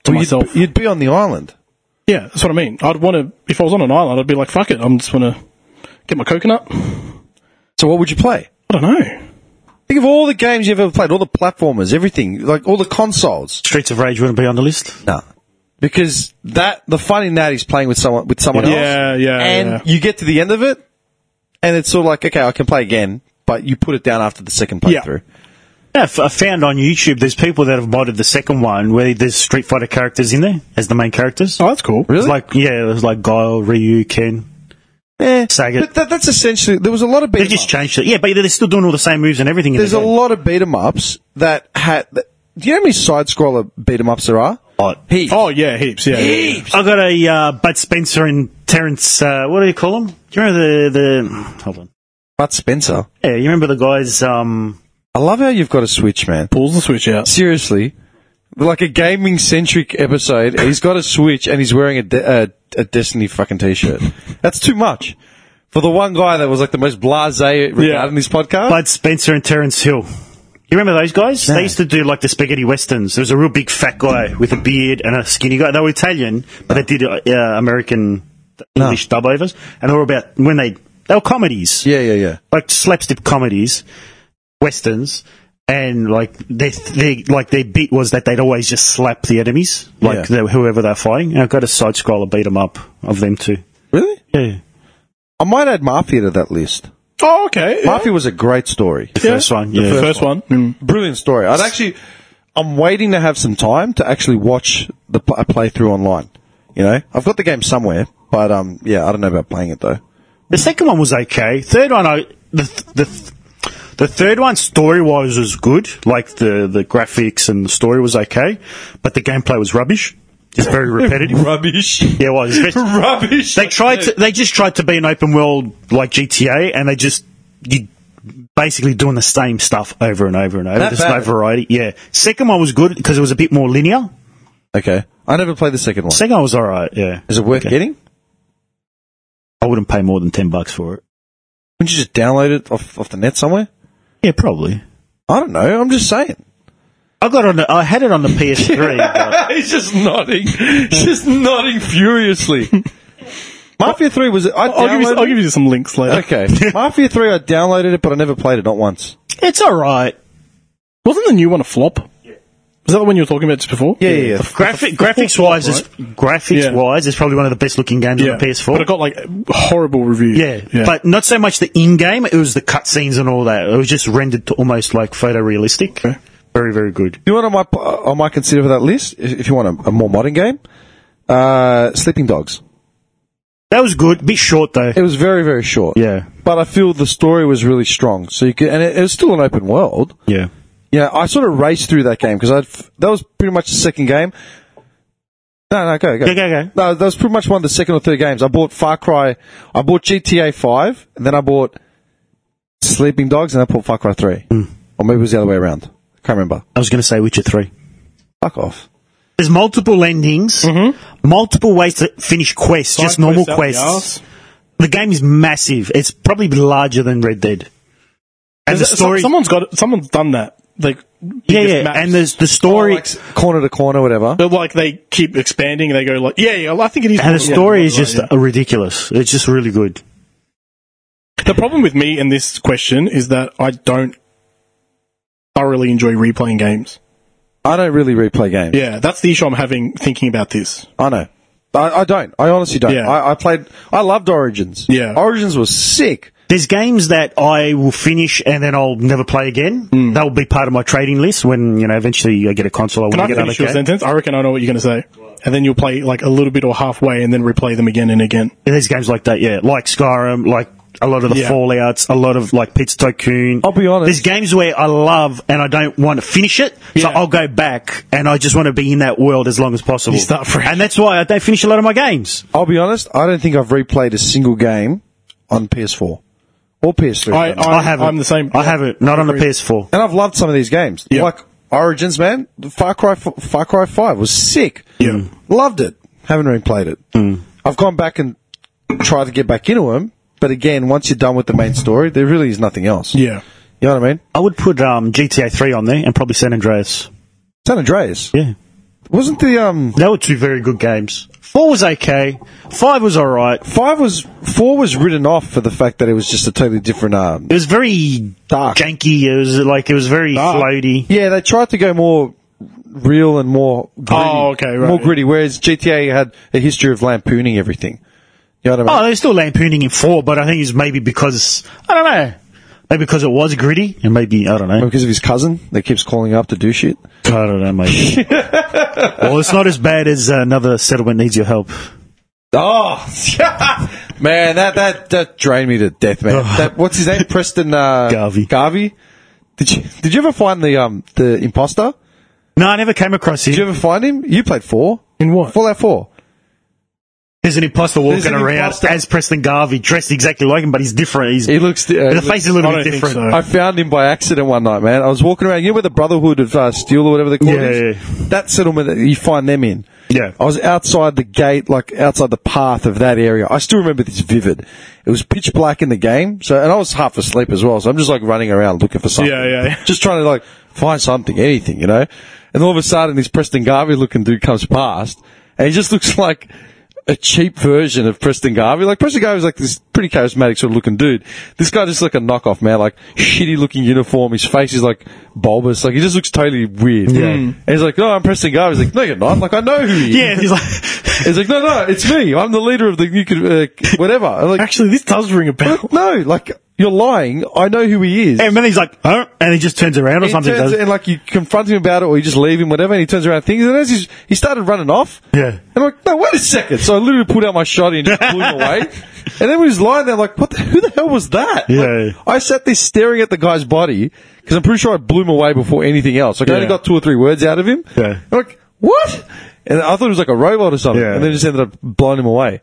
Speaker 2: to
Speaker 1: Well,
Speaker 2: myself.
Speaker 1: You'd, you'd be on the island.
Speaker 2: Yeah, that's what I mean. I'd want to, if I was on an island, I'd be like, fuck it, I'm just want to get my coconut. I
Speaker 1: So what would you play?
Speaker 2: don't know.
Speaker 1: Think of all the games you've ever played, all the platformers, everything, like all the consoles.
Speaker 3: Streets of Rage wouldn't be on the list.
Speaker 1: No. Because that the fun in that is playing with someone with someone else.
Speaker 2: Yeah, yeah,
Speaker 1: And
Speaker 2: yeah.
Speaker 1: you get to the end of it and it's sort of like, okay, I can play again, but you put it down after the second playthrough.
Speaker 3: Yeah, f- I found on YouTube there's people that have modded the second one where there's Street Fighter characters in there as the main characters.
Speaker 2: Oh, that's cool.
Speaker 1: Really?
Speaker 3: It's like yeah, it was like Guile, Ryu, Ken.
Speaker 1: Eh,
Speaker 3: Saga-
Speaker 1: But that, that's essentially there was a lot of
Speaker 3: They've
Speaker 1: beat 'em
Speaker 3: just
Speaker 1: ups.
Speaker 3: changed it. Yeah, but they're still doing all the same moves and everything. in
Speaker 1: There's
Speaker 3: the
Speaker 1: a
Speaker 3: game.
Speaker 1: lot of beat 'em ups that had that, do you know how many side scroller beat 'em ups there are? Heaps.
Speaker 2: Oh, yeah, heaps, yeah. yeah.
Speaker 1: Heaps.
Speaker 3: I got a uh, Bud Spencer and Terrence. Uh, what do you call them? Do you remember the the? Hold on.
Speaker 1: But Spencer.
Speaker 3: Yeah, you remember the guys? Um,
Speaker 1: I love how you've got a switch, man.
Speaker 2: Pulls the switch out.
Speaker 1: Seriously. Like a gaming centric episode, he's got a Switch and he's wearing a, De- a, a Destiny fucking t shirt. That's too much. For the one guy that was like the most blase regard
Speaker 2: Yeah.
Speaker 1: in this podcast.
Speaker 3: Bud Spencer and Terrence Hill. You remember those guys?
Speaker 1: No.
Speaker 3: They used to do like the spaghetti westerns. There was a real big fat guy with a beard and a skinny guy. They were Italian, but they did uh, uh, American English dub overs, and they were about when they they were comedies,
Speaker 1: Yeah, yeah, yeah.
Speaker 3: like slapstick comedies, westerns. And like they, they, like their beat was that they'd always just slap the enemies, like
Speaker 1: Yeah.
Speaker 3: the, whoever they're fighting. And I got a side scroller beat 'em up of them too.
Speaker 1: Really?
Speaker 3: Yeah,
Speaker 1: I might add Mafia to that list.
Speaker 2: Oh, okay. yeah.
Speaker 1: Mafia was a great story.
Speaker 3: the first one.
Speaker 2: The
Speaker 3: Yeah,
Speaker 2: first, one. Mm.
Speaker 1: Brilliant story. I'd actually, I'm waiting to have some time to actually watch the pl- a playthrough online. You know, I've got the game somewhere, but um, yeah, I don't know about playing it though.
Speaker 3: The second one was okay. Third one, I the th- the th- the third one story wise was good. Like the the graphics and the story was okay, but the gameplay was rubbish. It's very repetitive.
Speaker 1: Rubbish.
Speaker 3: yeah, it was. It's very-
Speaker 1: Rubbish.
Speaker 3: They tried to. They just tried to be an open world like GTA, and they just you basically doing the same stuff over and over and over.
Speaker 1: That
Speaker 3: There's no
Speaker 1: bad?
Speaker 3: variety. Yeah. Second one was good because it was a bit more linear.
Speaker 1: Okay, I never played the second one.
Speaker 3: Second one was all right. Yeah.
Speaker 1: Is it worth getting?
Speaker 3: I wouldn't pay more than ten bucks for it.
Speaker 1: Wouldn't you just download it off, off the net somewhere?
Speaker 3: Yeah, probably.
Speaker 1: I don't know. I'm just saying.
Speaker 3: I got on. The, I had it on the PS3. but-
Speaker 1: He's just nodding. He's just nodding furiously. Mafia Three was. I
Speaker 2: I'll, give you, I'll
Speaker 1: downloaded
Speaker 2: give you some links later.
Speaker 1: it. Okay, Mafia Three. I downloaded it, but I never played it. Not once.
Speaker 3: It's all right.
Speaker 2: Wasn't the new one a flop? Yeah. Is that the one you were talking about just before?
Speaker 1: Yeah, yeah, yeah.
Speaker 3: Graphic, graphics wise, is graphics
Speaker 2: Yeah.
Speaker 3: wise is probably one of the best looking games on the PS4.
Speaker 2: But it got like horrible reviews.
Speaker 3: yeah. but not so much the in game. It was the cutscenes and all that. It was just rendered to almost like photorealistic.
Speaker 2: Okay.
Speaker 3: Very, very good.
Speaker 1: You know what I might, uh, I might consider for that list, if if you want a, a more modern game? Uh, Sleeping Dogs.
Speaker 3: That was good. Bit short though.
Speaker 1: It was very, very short.
Speaker 3: Yeah.
Speaker 1: But I feel the story was really strong. So you could, and it, it was still an open world.
Speaker 3: Yeah.
Speaker 1: Yeah, I sort of raced through that game because I that was pretty much the second game. No, no, go, go.
Speaker 3: Go, go, go.
Speaker 1: No, that was pretty much one of the second or third games. I bought Far Cry, I bought GTA 5, and then I bought Sleeping Dogs, and I bought Far Cry 3.
Speaker 2: Hmm.
Speaker 1: Or maybe it was the other way around. I can't remember.
Speaker 3: I was going to say Witcher Three.
Speaker 1: Fuck off.
Speaker 3: There's multiple endings, multiple ways to finish quests, just normal quests. The game is massive. It's probably larger than Red Dead. And the story,
Speaker 2: someone's got. Someone's done that. Like
Speaker 3: yeah, yeah, and there's the
Speaker 2: Oh,
Speaker 3: story.
Speaker 1: Like, corner to corner, whatever.
Speaker 2: but like they keep expanding. They go like, yeah, yeah. I think it is.
Speaker 3: And the
Speaker 2: Yeah,
Speaker 3: story
Speaker 2: right,
Speaker 3: is just
Speaker 2: yeah.
Speaker 3: uh, ridiculous. It's just really good.
Speaker 2: the problem with me in this question is that I don't thoroughly enjoy replaying games.
Speaker 1: I don't really replay games.
Speaker 2: Yeah, that's the issue I'm having thinking about this.
Speaker 1: I know. I, I don't. I honestly don't.
Speaker 2: Yeah.
Speaker 1: I, I played. I loved Origins.
Speaker 2: Yeah.
Speaker 1: Origins was sick.
Speaker 3: There's games that I will finish and then I'll never play again. They'll be part of my trading list when you know eventually I get a console. I
Speaker 2: Hmm. Can I
Speaker 3: want to get
Speaker 2: finish
Speaker 3: another
Speaker 2: your
Speaker 3: game.
Speaker 2: sentence? I reckon I know what you're going to say, and then you'll play like a little bit or halfway, and then replay them again and again.
Speaker 3: There's games like that, yeah, like Skyrim, like a lot of the
Speaker 2: Yeah.
Speaker 3: Fallout's, a lot of like Pizza Tycoon.
Speaker 1: I'll be honest.
Speaker 3: There's games where I love and I don't want to finish it, so
Speaker 2: Yeah.
Speaker 3: I'll go back and I just want to be in that world as long as possible.
Speaker 2: You start fresh.
Speaker 3: and that's why I don't finish a lot of my games.
Speaker 1: I'll be honest. I don't think I've replayed a single game on PS4 or PS3.
Speaker 2: I, I,
Speaker 3: I haven't.
Speaker 2: I'm the same.
Speaker 3: I haven't. Not on the PS4.
Speaker 1: and I've loved some of these games.
Speaker 2: Yeah.
Speaker 1: Like Origins, man. Far Cry. f- Far Cry Five was sick.
Speaker 2: Yeah.
Speaker 1: Loved it. Haven't replayed it.
Speaker 2: Hmm.
Speaker 1: I've gone back and tried to get back into them, but again, once you're done with the main story, there really is nothing else.
Speaker 2: Yeah.
Speaker 1: You know what I mean?
Speaker 3: I would put um, GTA 3 on there and probably San Andreas.
Speaker 1: San Andreas
Speaker 3: Yeah.
Speaker 1: wasn't the um
Speaker 3: They were two very good games. Four was okay. Five was alright.
Speaker 1: five was four was written off for the fact that it was just a totally different um
Speaker 3: It was very
Speaker 1: Dark.
Speaker 3: janky. It was like it was very
Speaker 2: Ah.
Speaker 3: floaty.
Speaker 1: Yeah, they tried to go more real and more gritty,
Speaker 2: Oh, okay, right.
Speaker 1: more gritty. Whereas GTA had a history of lampooning everything. You know what I
Speaker 3: Oh,
Speaker 1: mean?
Speaker 3: they're still lampooning in four, but I think it's maybe because I don't know. Maybe because it was gritty, and maybe I don't know.
Speaker 1: because of his cousin that keeps calling up to do shit.
Speaker 3: I don't know. Maybe. well, it's not as bad as uh, another settlement needs your help.
Speaker 1: Oh, man, that, that, that drained me to death, man. That, what's his name? Preston, uh,
Speaker 3: Oh. Garvey.
Speaker 1: Garvey. Did you, did you ever find the, um, the imposter?
Speaker 3: No, I never came across
Speaker 1: Did you
Speaker 3: him.
Speaker 1: ever find him? You played four.
Speaker 2: In what?
Speaker 1: Fallout four.
Speaker 3: There's an imposter
Speaker 1: There's
Speaker 3: walking
Speaker 1: an
Speaker 3: around
Speaker 1: imposter.
Speaker 3: as Preston Garvey, dressed exactly like him, but he's different. He's
Speaker 1: He looks, uh,
Speaker 3: the face is a little
Speaker 2: I
Speaker 3: bit
Speaker 2: don't think
Speaker 3: different.
Speaker 2: so.
Speaker 1: I found him by accident one night, man. I was walking around. You know where the Brotherhood of uh, Steel or whatever they call
Speaker 3: Yeah,
Speaker 1: it? is? That settlement that you find them in.
Speaker 3: Yeah.
Speaker 1: I was outside the gate, like outside the path of that area. I still remember this vivid. It was pitch black in the game, so and I was half asleep as well. So I'm just like running around looking for something,
Speaker 2: Yeah, yeah, yeah.
Speaker 1: just trying to like find something, anything, you know. And all of a sudden, this Preston Garvey looking dude comes past, and he just looks like a cheap version of Preston Garvey. Like Preston Garvey's like this pretty charismatic sort of looking dude. This guy just like a knockoff man, like shitty looking uniform. His face is like bulbous. Like he just looks totally weird. Yeah. And he's like, "Oh, I'm Preston Garvey." He's like, "No, you're not." Like I know who you.
Speaker 3: Hmm. Yeah, he's like,
Speaker 1: He's like, "No, no, it's me. I'm the leader of the you could uh, whatever." I'm like,
Speaker 2: Actually, this does ring a bell.
Speaker 1: no, like you're lying. I know who he is.
Speaker 3: and then he's like, oh, and he just turns around or
Speaker 1: He
Speaker 3: something.
Speaker 1: turns
Speaker 3: does.
Speaker 1: and like you confront him about it, or you just leave him, whatever. And he turns around, and thinks, and as he's, he started running off,
Speaker 3: Yeah.
Speaker 1: And I'm like, no, wait a second. So I literally pulled out my shotty and just blew him away. And then when he was lying there, I'm like, what? The, who the hell was that?
Speaker 3: Yeah.
Speaker 1: Like, I sat there staring at the guy's body because I'm pretty sure I blew him away before anything else. Like I only
Speaker 3: Yeah.
Speaker 1: got two or three words out of him.
Speaker 3: Yeah.
Speaker 1: I'm like, what? And I thought it was like a robot or something.
Speaker 3: Yeah.
Speaker 1: And then just ended up blowing him away.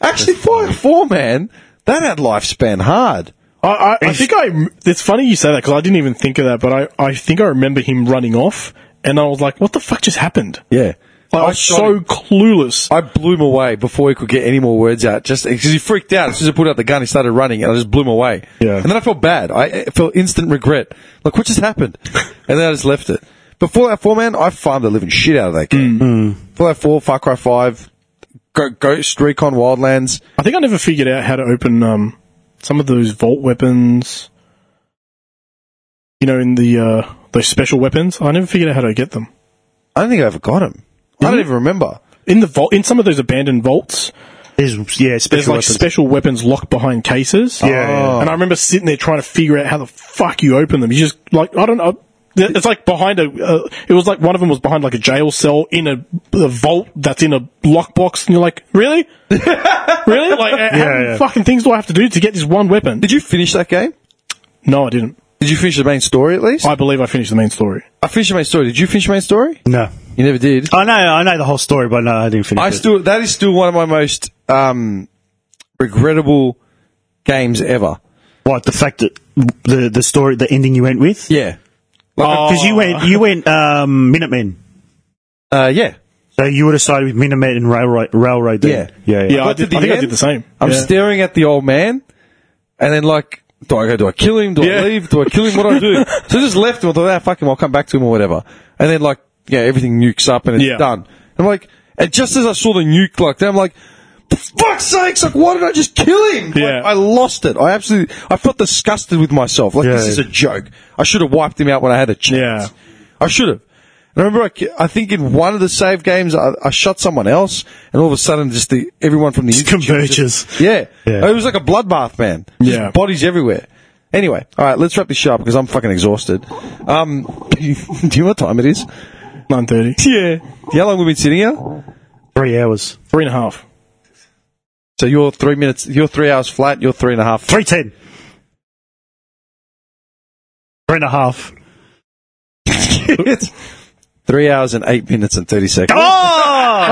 Speaker 1: Actually, Fire Four man, that had lifespan hard.
Speaker 2: I, I, I think I. It's funny you say that because I didn't even think of that, but I, I think I remember him running off, and I was like, "What the fuck just happened?"
Speaker 1: Yeah.
Speaker 2: Like, I was
Speaker 1: shot
Speaker 2: so
Speaker 1: him.
Speaker 2: clueless.
Speaker 1: I blew him away before he could get any more words out. Just because he freaked out as soon as I pulled out the gun, he started running, and I just blew him away.
Speaker 3: Yeah.
Speaker 1: And then I felt bad. I I felt instant regret. Like what just happened? and then I just left it. But Fallout Four, man, I farmed the living shit out of that game. Fallout Four, Far Cry Five, Go- Ghost Recon Wildlands.
Speaker 2: I think I never figured out how to open um some of those vault weapons. You know, in the uh, those special weapons, I never figured out how to get them
Speaker 1: I don't think I ever got him. I don't even remember.
Speaker 2: in the vault. In some of those abandoned vaults,
Speaker 3: There's, yeah,
Speaker 2: there's
Speaker 3: special
Speaker 2: like
Speaker 3: weapons.
Speaker 2: special weapons locked behind cases.
Speaker 3: yeah,
Speaker 1: Oh.
Speaker 3: yeah.
Speaker 2: And I remember sitting there trying to figure out how the fuck you open them. You just like I don't know. It's like behind a. Uh, it was like one of them was behind like a jail cell in a, a vault that's in a lockbox, and you're like, really, really? Like, uh, how many
Speaker 3: yeah.
Speaker 2: fucking things do I have to do to get this one weapon?
Speaker 1: Did you finish that game?
Speaker 2: No, I didn't.
Speaker 1: Did you finish the main story at least? I,
Speaker 2: I believe I finished the main story.
Speaker 1: finished the main story. Did you finish the main story?
Speaker 3: no.
Speaker 1: You never did.
Speaker 3: I know, I know the whole story, but no, I didn't finish
Speaker 1: I
Speaker 3: it.
Speaker 1: still that is still one of my most um, regrettable games ever.
Speaker 3: what the fact that the the story, the ending you went with?
Speaker 1: Yeah.
Speaker 3: Because you went, you went um, Minutemen.
Speaker 1: Uh, yeah.
Speaker 3: So you would have sided with Minutemen and Railroad. Railroad then. yeah, yeah.
Speaker 2: Yeah, I,
Speaker 1: got to
Speaker 2: did,
Speaker 1: the
Speaker 2: I think I
Speaker 1: end,
Speaker 2: did the same.
Speaker 1: I'm
Speaker 2: yeah.
Speaker 1: staring at the old man, and then like, do I go? Do I kill him? Do I
Speaker 2: Yeah.
Speaker 1: leave? Do I kill him? What do I do? so I just left him. I thought, ah, fuck him. I'll come back to him or whatever. And then like, yeah, everything nukes up and it's
Speaker 2: Yeah.
Speaker 1: done. I'm like, and just as I saw the nuke like that, I'm like. For fuck's sakes, like, why did I just kill him? Like,
Speaker 2: Yeah.
Speaker 1: I lost it. I absolutely, I felt disgusted with myself. Like, this
Speaker 3: Yeah.
Speaker 1: is a joke. I should have wiped him out when I had a chance.
Speaker 2: Yeah.
Speaker 1: I should have. And I remember, I, ki- I think in one of the save games, I, I shot someone else, and all of a sudden, just the everyone from the Institute just-
Speaker 3: Converges.
Speaker 1: yeah.
Speaker 3: Yeah.
Speaker 1: It was like a bloodbath, man. Just
Speaker 2: Yeah.
Speaker 1: Bodies everywhere. Anyway, all right, let's wrap this shit up because I'm fucking exhausted. Um, do you know what time it is?
Speaker 2: 9:30,
Speaker 1: Yeah. How long we've been sitting here?
Speaker 3: Three hours.
Speaker 2: three and a half.
Speaker 1: So you're three minutes, you're three hours flat, you're three and a half.
Speaker 3: Three ten. Three and a half.
Speaker 1: It's three hours and eight minutes and 30 seconds.
Speaker 3: Oh!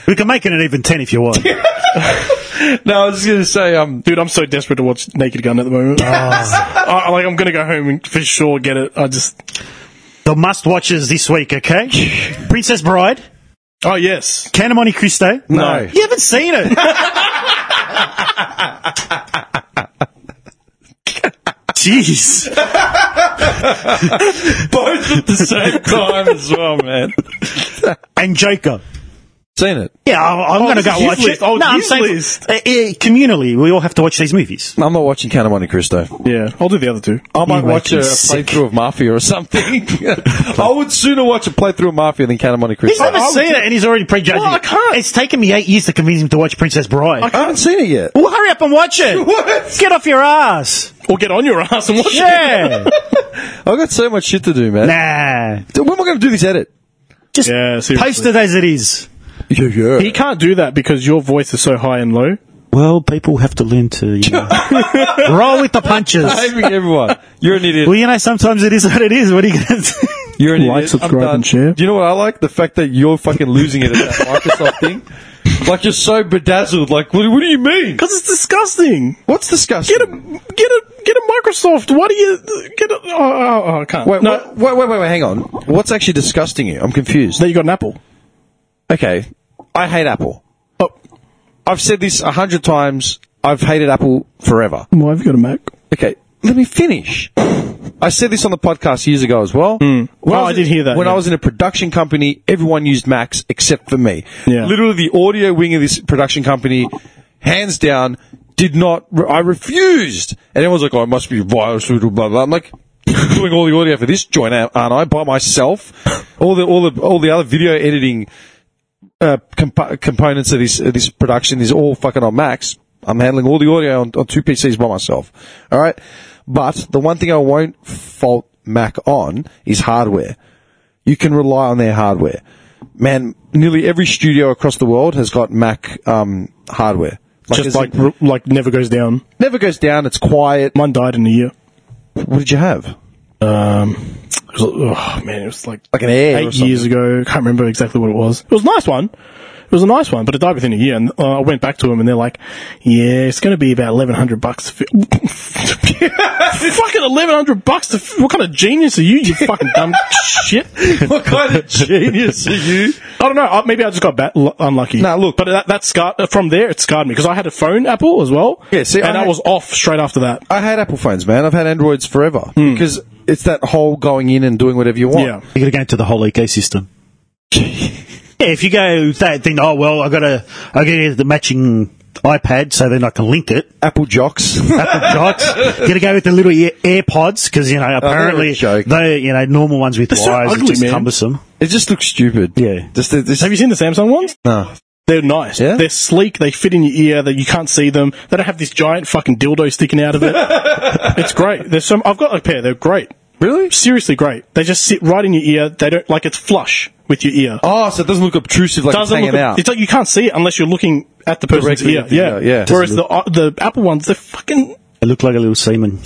Speaker 3: we can make it an even ten if you want.
Speaker 1: No, I was just going to say, um,
Speaker 2: Dude, I'm so desperate to watch Naked Gun at the moment.
Speaker 1: Oh.
Speaker 2: I, I- like, I'm gonna go home and for sure get it. I just,
Speaker 3: the must watches this week, okay? Princess Bride,
Speaker 2: oh yes,
Speaker 3: Count of Monte Cristo.
Speaker 1: No.
Speaker 3: You haven't seen it. Jeez.
Speaker 1: both at the same time as well, man.
Speaker 3: And Joker.
Speaker 1: Seen it.
Speaker 3: Yeah, I, I'm going to
Speaker 2: this
Speaker 3: go
Speaker 2: is his
Speaker 3: watch
Speaker 2: list.
Speaker 3: it.
Speaker 2: Oh,
Speaker 3: no, I'm
Speaker 2: his
Speaker 3: saying
Speaker 2: list.
Speaker 3: Uh, uh, communally, we all have to watch these movies.
Speaker 1: I'm not watching Count of Monte Cristo.
Speaker 2: yeah. I'll do the other two.
Speaker 1: I might
Speaker 3: You make
Speaker 1: watch a,
Speaker 3: me
Speaker 1: a
Speaker 3: sick.
Speaker 1: playthrough of Mafia or something. I would sooner watch a playthrough of Mafia than Count of Monte
Speaker 3: He's
Speaker 1: Cristo.
Speaker 3: never seen it, and he's already prejudging.
Speaker 2: Well, I
Speaker 3: it.
Speaker 2: can't.
Speaker 3: It's taken me eight years to convince him to watch Princess Bride.
Speaker 1: I haven't seen it yet.
Speaker 3: Well, hurry up and watch it.
Speaker 1: What?
Speaker 3: Get off your ass.
Speaker 2: Or get on your ass and watch
Speaker 3: Yeah.
Speaker 1: I've got so much shit to do, man.
Speaker 3: nah.
Speaker 1: When am I going to do this edit?
Speaker 3: Just
Speaker 2: it. Yeah, seriously.
Speaker 3: post it as it is.
Speaker 1: Yeah,
Speaker 2: He can't do that because your voice is so high and low.
Speaker 3: Well, people have to learn to you know, roll with the punches.
Speaker 1: Saving everyone. You're an idiot.
Speaker 3: Well, you know, sometimes it is what it is. What are you going to do?
Speaker 1: You're an
Speaker 2: Like,
Speaker 1: idiot.
Speaker 2: subscribe,
Speaker 1: I'm done.
Speaker 2: and share.
Speaker 1: Do you know what I like? The fact that you're fucking losing it at that Microsoft thing. Like you're so bedazzled. Like, what, what do you mean?
Speaker 2: Because it's disgusting.
Speaker 1: What's disgusting?
Speaker 2: Get a, get a, get a Microsoft. Why do you get? A, oh, oh, oh, I can't.
Speaker 1: Wait,
Speaker 2: no,
Speaker 1: wait, wait, wait, wait, wait, hang on. What's actually disgusting you? I'm confused.
Speaker 2: that you got an Apple.
Speaker 1: Okay, I hate Apple.
Speaker 2: Oh,
Speaker 1: I've said this a hundred times. I've hated Apple forever.
Speaker 2: why have you got a Mac?
Speaker 1: Okay, let me finish. I said this on the podcast years ago as well. When
Speaker 2: Oh,
Speaker 1: was
Speaker 2: I did
Speaker 1: in-
Speaker 2: hear that,
Speaker 1: When
Speaker 2: yeah.
Speaker 1: I was in a production company, everyone used Macs except for me.
Speaker 2: Yeah.
Speaker 1: Literally, the audio wing of this production company, hands down, did not. I refused. And everyone's like, oh, it must be virus, blah, blah, blah. I'm like, doing all the audio for this joint, aren't I, by myself? All the, all the, all the other video editing uh, comp- components of this of this production is all fucking on Macs. I'm handling all the audio on, on two PCs by myself. All right, but the one thing I won't fault Mac on is hardware. You can rely on their hardware. Man, nearly every studio across the world has got Mac um, hardware.
Speaker 2: Just
Speaker 1: it's-
Speaker 2: like r- like never goes down.
Speaker 1: never goes down. It's quiet.
Speaker 2: Mine died in a year.
Speaker 1: What did you have?
Speaker 2: Um, it was, oh man, it was like
Speaker 1: Like an Air or
Speaker 2: eight
Speaker 1: something.
Speaker 2: years ago. Can't remember exactly what it was. It was a nice one. It was a nice one, but it died within a year. And uh, I went back to them, and they're like, "Yeah, it's going to be about eleven hundred bucks." Fi- fucking eleven hundred bucks! To fi- what kind of genius are you? You fucking dumb shit!
Speaker 1: what kind of genius are you?
Speaker 2: I don't know. I, maybe I just got ba- l- unlucky.
Speaker 1: Nah, look.
Speaker 2: but that, that scarred uh, from there. It scarred me because I had a phone, Apple as well.
Speaker 1: Yeah, see,
Speaker 2: and
Speaker 1: I
Speaker 2: I,
Speaker 1: had-
Speaker 2: was off straight after that.
Speaker 1: I had Apple phones, man. I've had Androids forever
Speaker 2: Hmm.
Speaker 1: because it's that whole going in and doing whatever you want.
Speaker 2: Yeah,
Speaker 3: You got to go into the whole ecosystem. yeah, if you go that, then oh well, I got to I got to get the matching iPad so then I can link it.
Speaker 1: Apple jocks.
Speaker 3: Apple jocks. Got to go with the little ear- AirPods because you
Speaker 2: Oh,
Speaker 3: know apparently
Speaker 1: a joke.
Speaker 3: they you know normal ones with
Speaker 2: They're so
Speaker 3: wires
Speaker 2: ugly,
Speaker 3: are just
Speaker 2: man.
Speaker 3: cumbersome.
Speaker 1: It just looks stupid.
Speaker 3: Yeah.
Speaker 1: Just the- this.
Speaker 2: have you seen the Samsung ones?
Speaker 1: no.
Speaker 2: They're nice.
Speaker 1: Yeah?
Speaker 2: They're sleek. They fit in your ear. That you can't see them. They don't have this giant fucking dildo sticking out of it. it's great. There's some. I've got a pair. They're great.
Speaker 1: Really?
Speaker 2: Seriously great. They just sit right in your ear. They don't like it's flush with your ear.
Speaker 1: Oh, so it doesn't look obtrusive like it's
Speaker 2: Doesn't
Speaker 1: hanging
Speaker 2: look.
Speaker 1: out.
Speaker 2: It's like you can't see it unless you're looking at the person's
Speaker 1: Directly
Speaker 2: ear.
Speaker 1: at the
Speaker 2: Yeah,
Speaker 1: ear, yeah. Doesn't
Speaker 2: Whereas the uh, the Apple ones, they're fucking.
Speaker 3: It looked like a little semen.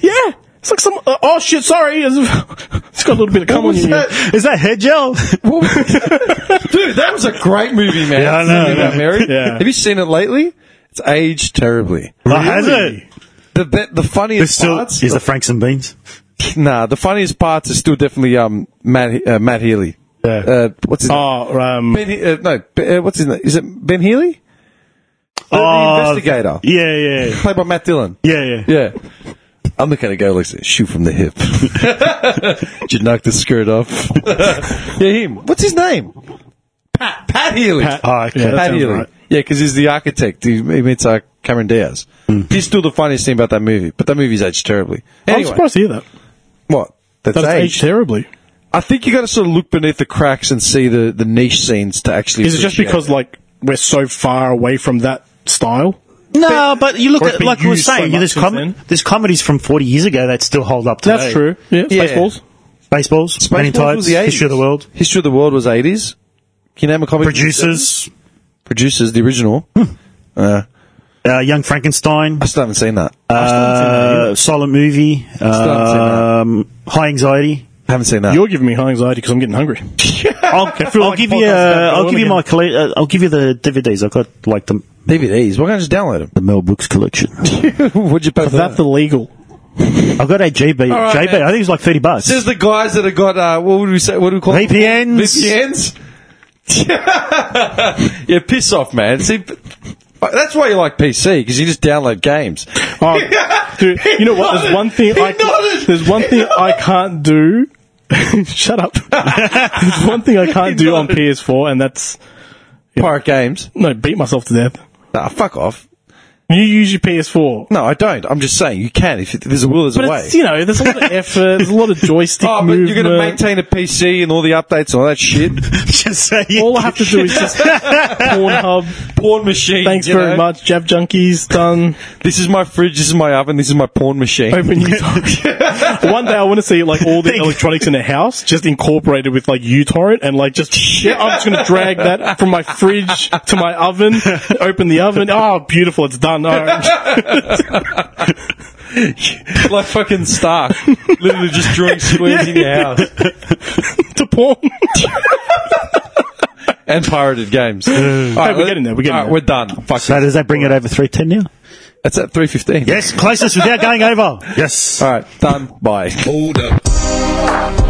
Speaker 2: Yeah. It's like some. Uh, oh shit! Sorry. It's it's got a little bit of cum on
Speaker 1: was
Speaker 2: your ear.
Speaker 1: that?
Speaker 3: Is that hair gel?
Speaker 1: Dude, that was a great movie, man.
Speaker 3: Yeah, I know,
Speaker 1: Something
Speaker 3: I know.
Speaker 1: About Mary.
Speaker 2: Yeah.
Speaker 1: Have you seen it lately? It's aged terribly.
Speaker 3: Oh, has it?
Speaker 1: The be- the
Speaker 3: It's
Speaker 1: funniest
Speaker 3: still
Speaker 1: parts.
Speaker 3: is the Franks and Beans.
Speaker 1: nah, the funniest parts is still definitely um Matt uh, Matt Healy.
Speaker 3: Yeah.
Speaker 1: Uh, what's his name?
Speaker 2: Oh, um,
Speaker 1: Ben, He- uh, no, Ben- uh, what's his name? Is it Ben Healy? The, the
Speaker 3: Oh.
Speaker 1: investigator,
Speaker 3: Yeah, yeah,
Speaker 1: played by Matt Dillon.
Speaker 3: yeah, yeah.
Speaker 1: Yeah. I'm not going to go like this. Shoot from the hip. Did you knock the skirt off? yeah, him. What's his name? Pat. Pat Healy. Pat,
Speaker 3: Oh, okay.
Speaker 2: Yeah, that sounds
Speaker 1: Healy.
Speaker 2: right.
Speaker 1: Yeah, because he's the architect. He, he meets uh, Cameron Diaz. He's still the funniest thing about that movie, but that movie's aged terribly.
Speaker 2: I'm
Speaker 1: Anyway,
Speaker 2: surprised to hear that.
Speaker 1: what? That's,
Speaker 2: That's aged
Speaker 1: aged.
Speaker 2: terribly.
Speaker 1: I think you got to sort of look beneath the cracks and see the, the niche scenes to actually.
Speaker 2: Is it just
Speaker 1: appreciate
Speaker 2: because like we're so far away from that style?
Speaker 3: No, but you look
Speaker 2: Or it's
Speaker 3: at
Speaker 2: been
Speaker 3: like we were
Speaker 2: used so
Speaker 3: saying,
Speaker 2: much
Speaker 3: there's,
Speaker 2: since
Speaker 3: com-
Speaker 2: then.
Speaker 3: there's comedies from 40 years ago that still hold up today.
Speaker 2: That's true. Yeah,
Speaker 1: Yeah.
Speaker 2: Spaceballs.
Speaker 3: Baseballs, Spaceballs Many
Speaker 1: Spaceballs was
Speaker 3: Tides,
Speaker 1: the 80s.
Speaker 3: History of the World,
Speaker 1: History of the World was 80s. Can you name a comedy?
Speaker 3: Producers,
Speaker 1: Producers, the original.
Speaker 3: uh, Young Frankenstein,
Speaker 1: I still haven't seen that.
Speaker 3: uh, Silent Movie,
Speaker 1: haven't seen that.
Speaker 3: um, High Anxiety.
Speaker 1: I haven't seen that.
Speaker 2: You're giving me high anxiety because I'm getting hungry.
Speaker 3: I'll, I'll
Speaker 2: like
Speaker 3: give you.
Speaker 2: podcasts
Speaker 3: Uh,
Speaker 2: about
Speaker 3: I'll
Speaker 2: going
Speaker 3: give you
Speaker 2: again.
Speaker 3: my. Colle- uh, I'll give you the DVDs. I've got like the
Speaker 1: DVDs. Why can't I just download them?
Speaker 3: the Mel Brooks collection.
Speaker 1: Would you pay for
Speaker 2: That's
Speaker 1: that?
Speaker 2: illegal.
Speaker 3: I've got a GB.
Speaker 1: right,
Speaker 3: JB.
Speaker 1: man.
Speaker 3: I think it's like thirty bucks.
Speaker 1: This is the guys that have got uh, what would we say? What do we call them?
Speaker 3: VPNs.
Speaker 1: VPNs. yeah, piss off, man. See, but- that's why you like PC because you just download games.
Speaker 2: Oh, dude, you know what? There's one thing I
Speaker 1: nodded.
Speaker 2: there's one thing I can't do. Shut up. there's one thing I can't do on PS4, and that's
Speaker 1: Pirate games.
Speaker 2: no beat myself to death.
Speaker 1: Nah, fuck off.
Speaker 2: You use your PS4,
Speaker 1: No, I don't. I'm just saying you can if there's a will, there's
Speaker 2: but
Speaker 1: a way.
Speaker 2: it's you know there's a lot of effort, there's a lot of joystick
Speaker 1: Oh, but
Speaker 2: movement.
Speaker 1: you're going to maintain a PC and all the updates and all that shit.
Speaker 3: Just so you-
Speaker 2: All I have to do is just Pornhub.
Speaker 1: porn machine.
Speaker 2: Thanks
Speaker 1: you
Speaker 2: very
Speaker 1: know?
Speaker 2: much, Jab Junkies. Done.
Speaker 1: This is my fridge. This is my oven. This is my porn machine.
Speaker 2: Open uTorrent. One day I want to see like all the electronics in a house just incorporated with like uTorrent and like just shit. I'm just going to drag that from my fridge to my oven. Open the oven. Oh, beautiful! It's done. Oh,
Speaker 1: like fucking Stark. Literally just drawing squares in your house.
Speaker 2: to porn.
Speaker 1: and pirated games. All right,
Speaker 2: we're getting there, we're getting
Speaker 1: all right,
Speaker 2: there.
Speaker 1: we're done. Fuck
Speaker 3: So
Speaker 1: it.
Speaker 3: does that bring it over 310 now?
Speaker 1: That's at 3.15.
Speaker 3: Yes, closest without going over. Yes.
Speaker 1: All right, done. Bye.
Speaker 4: Hold up.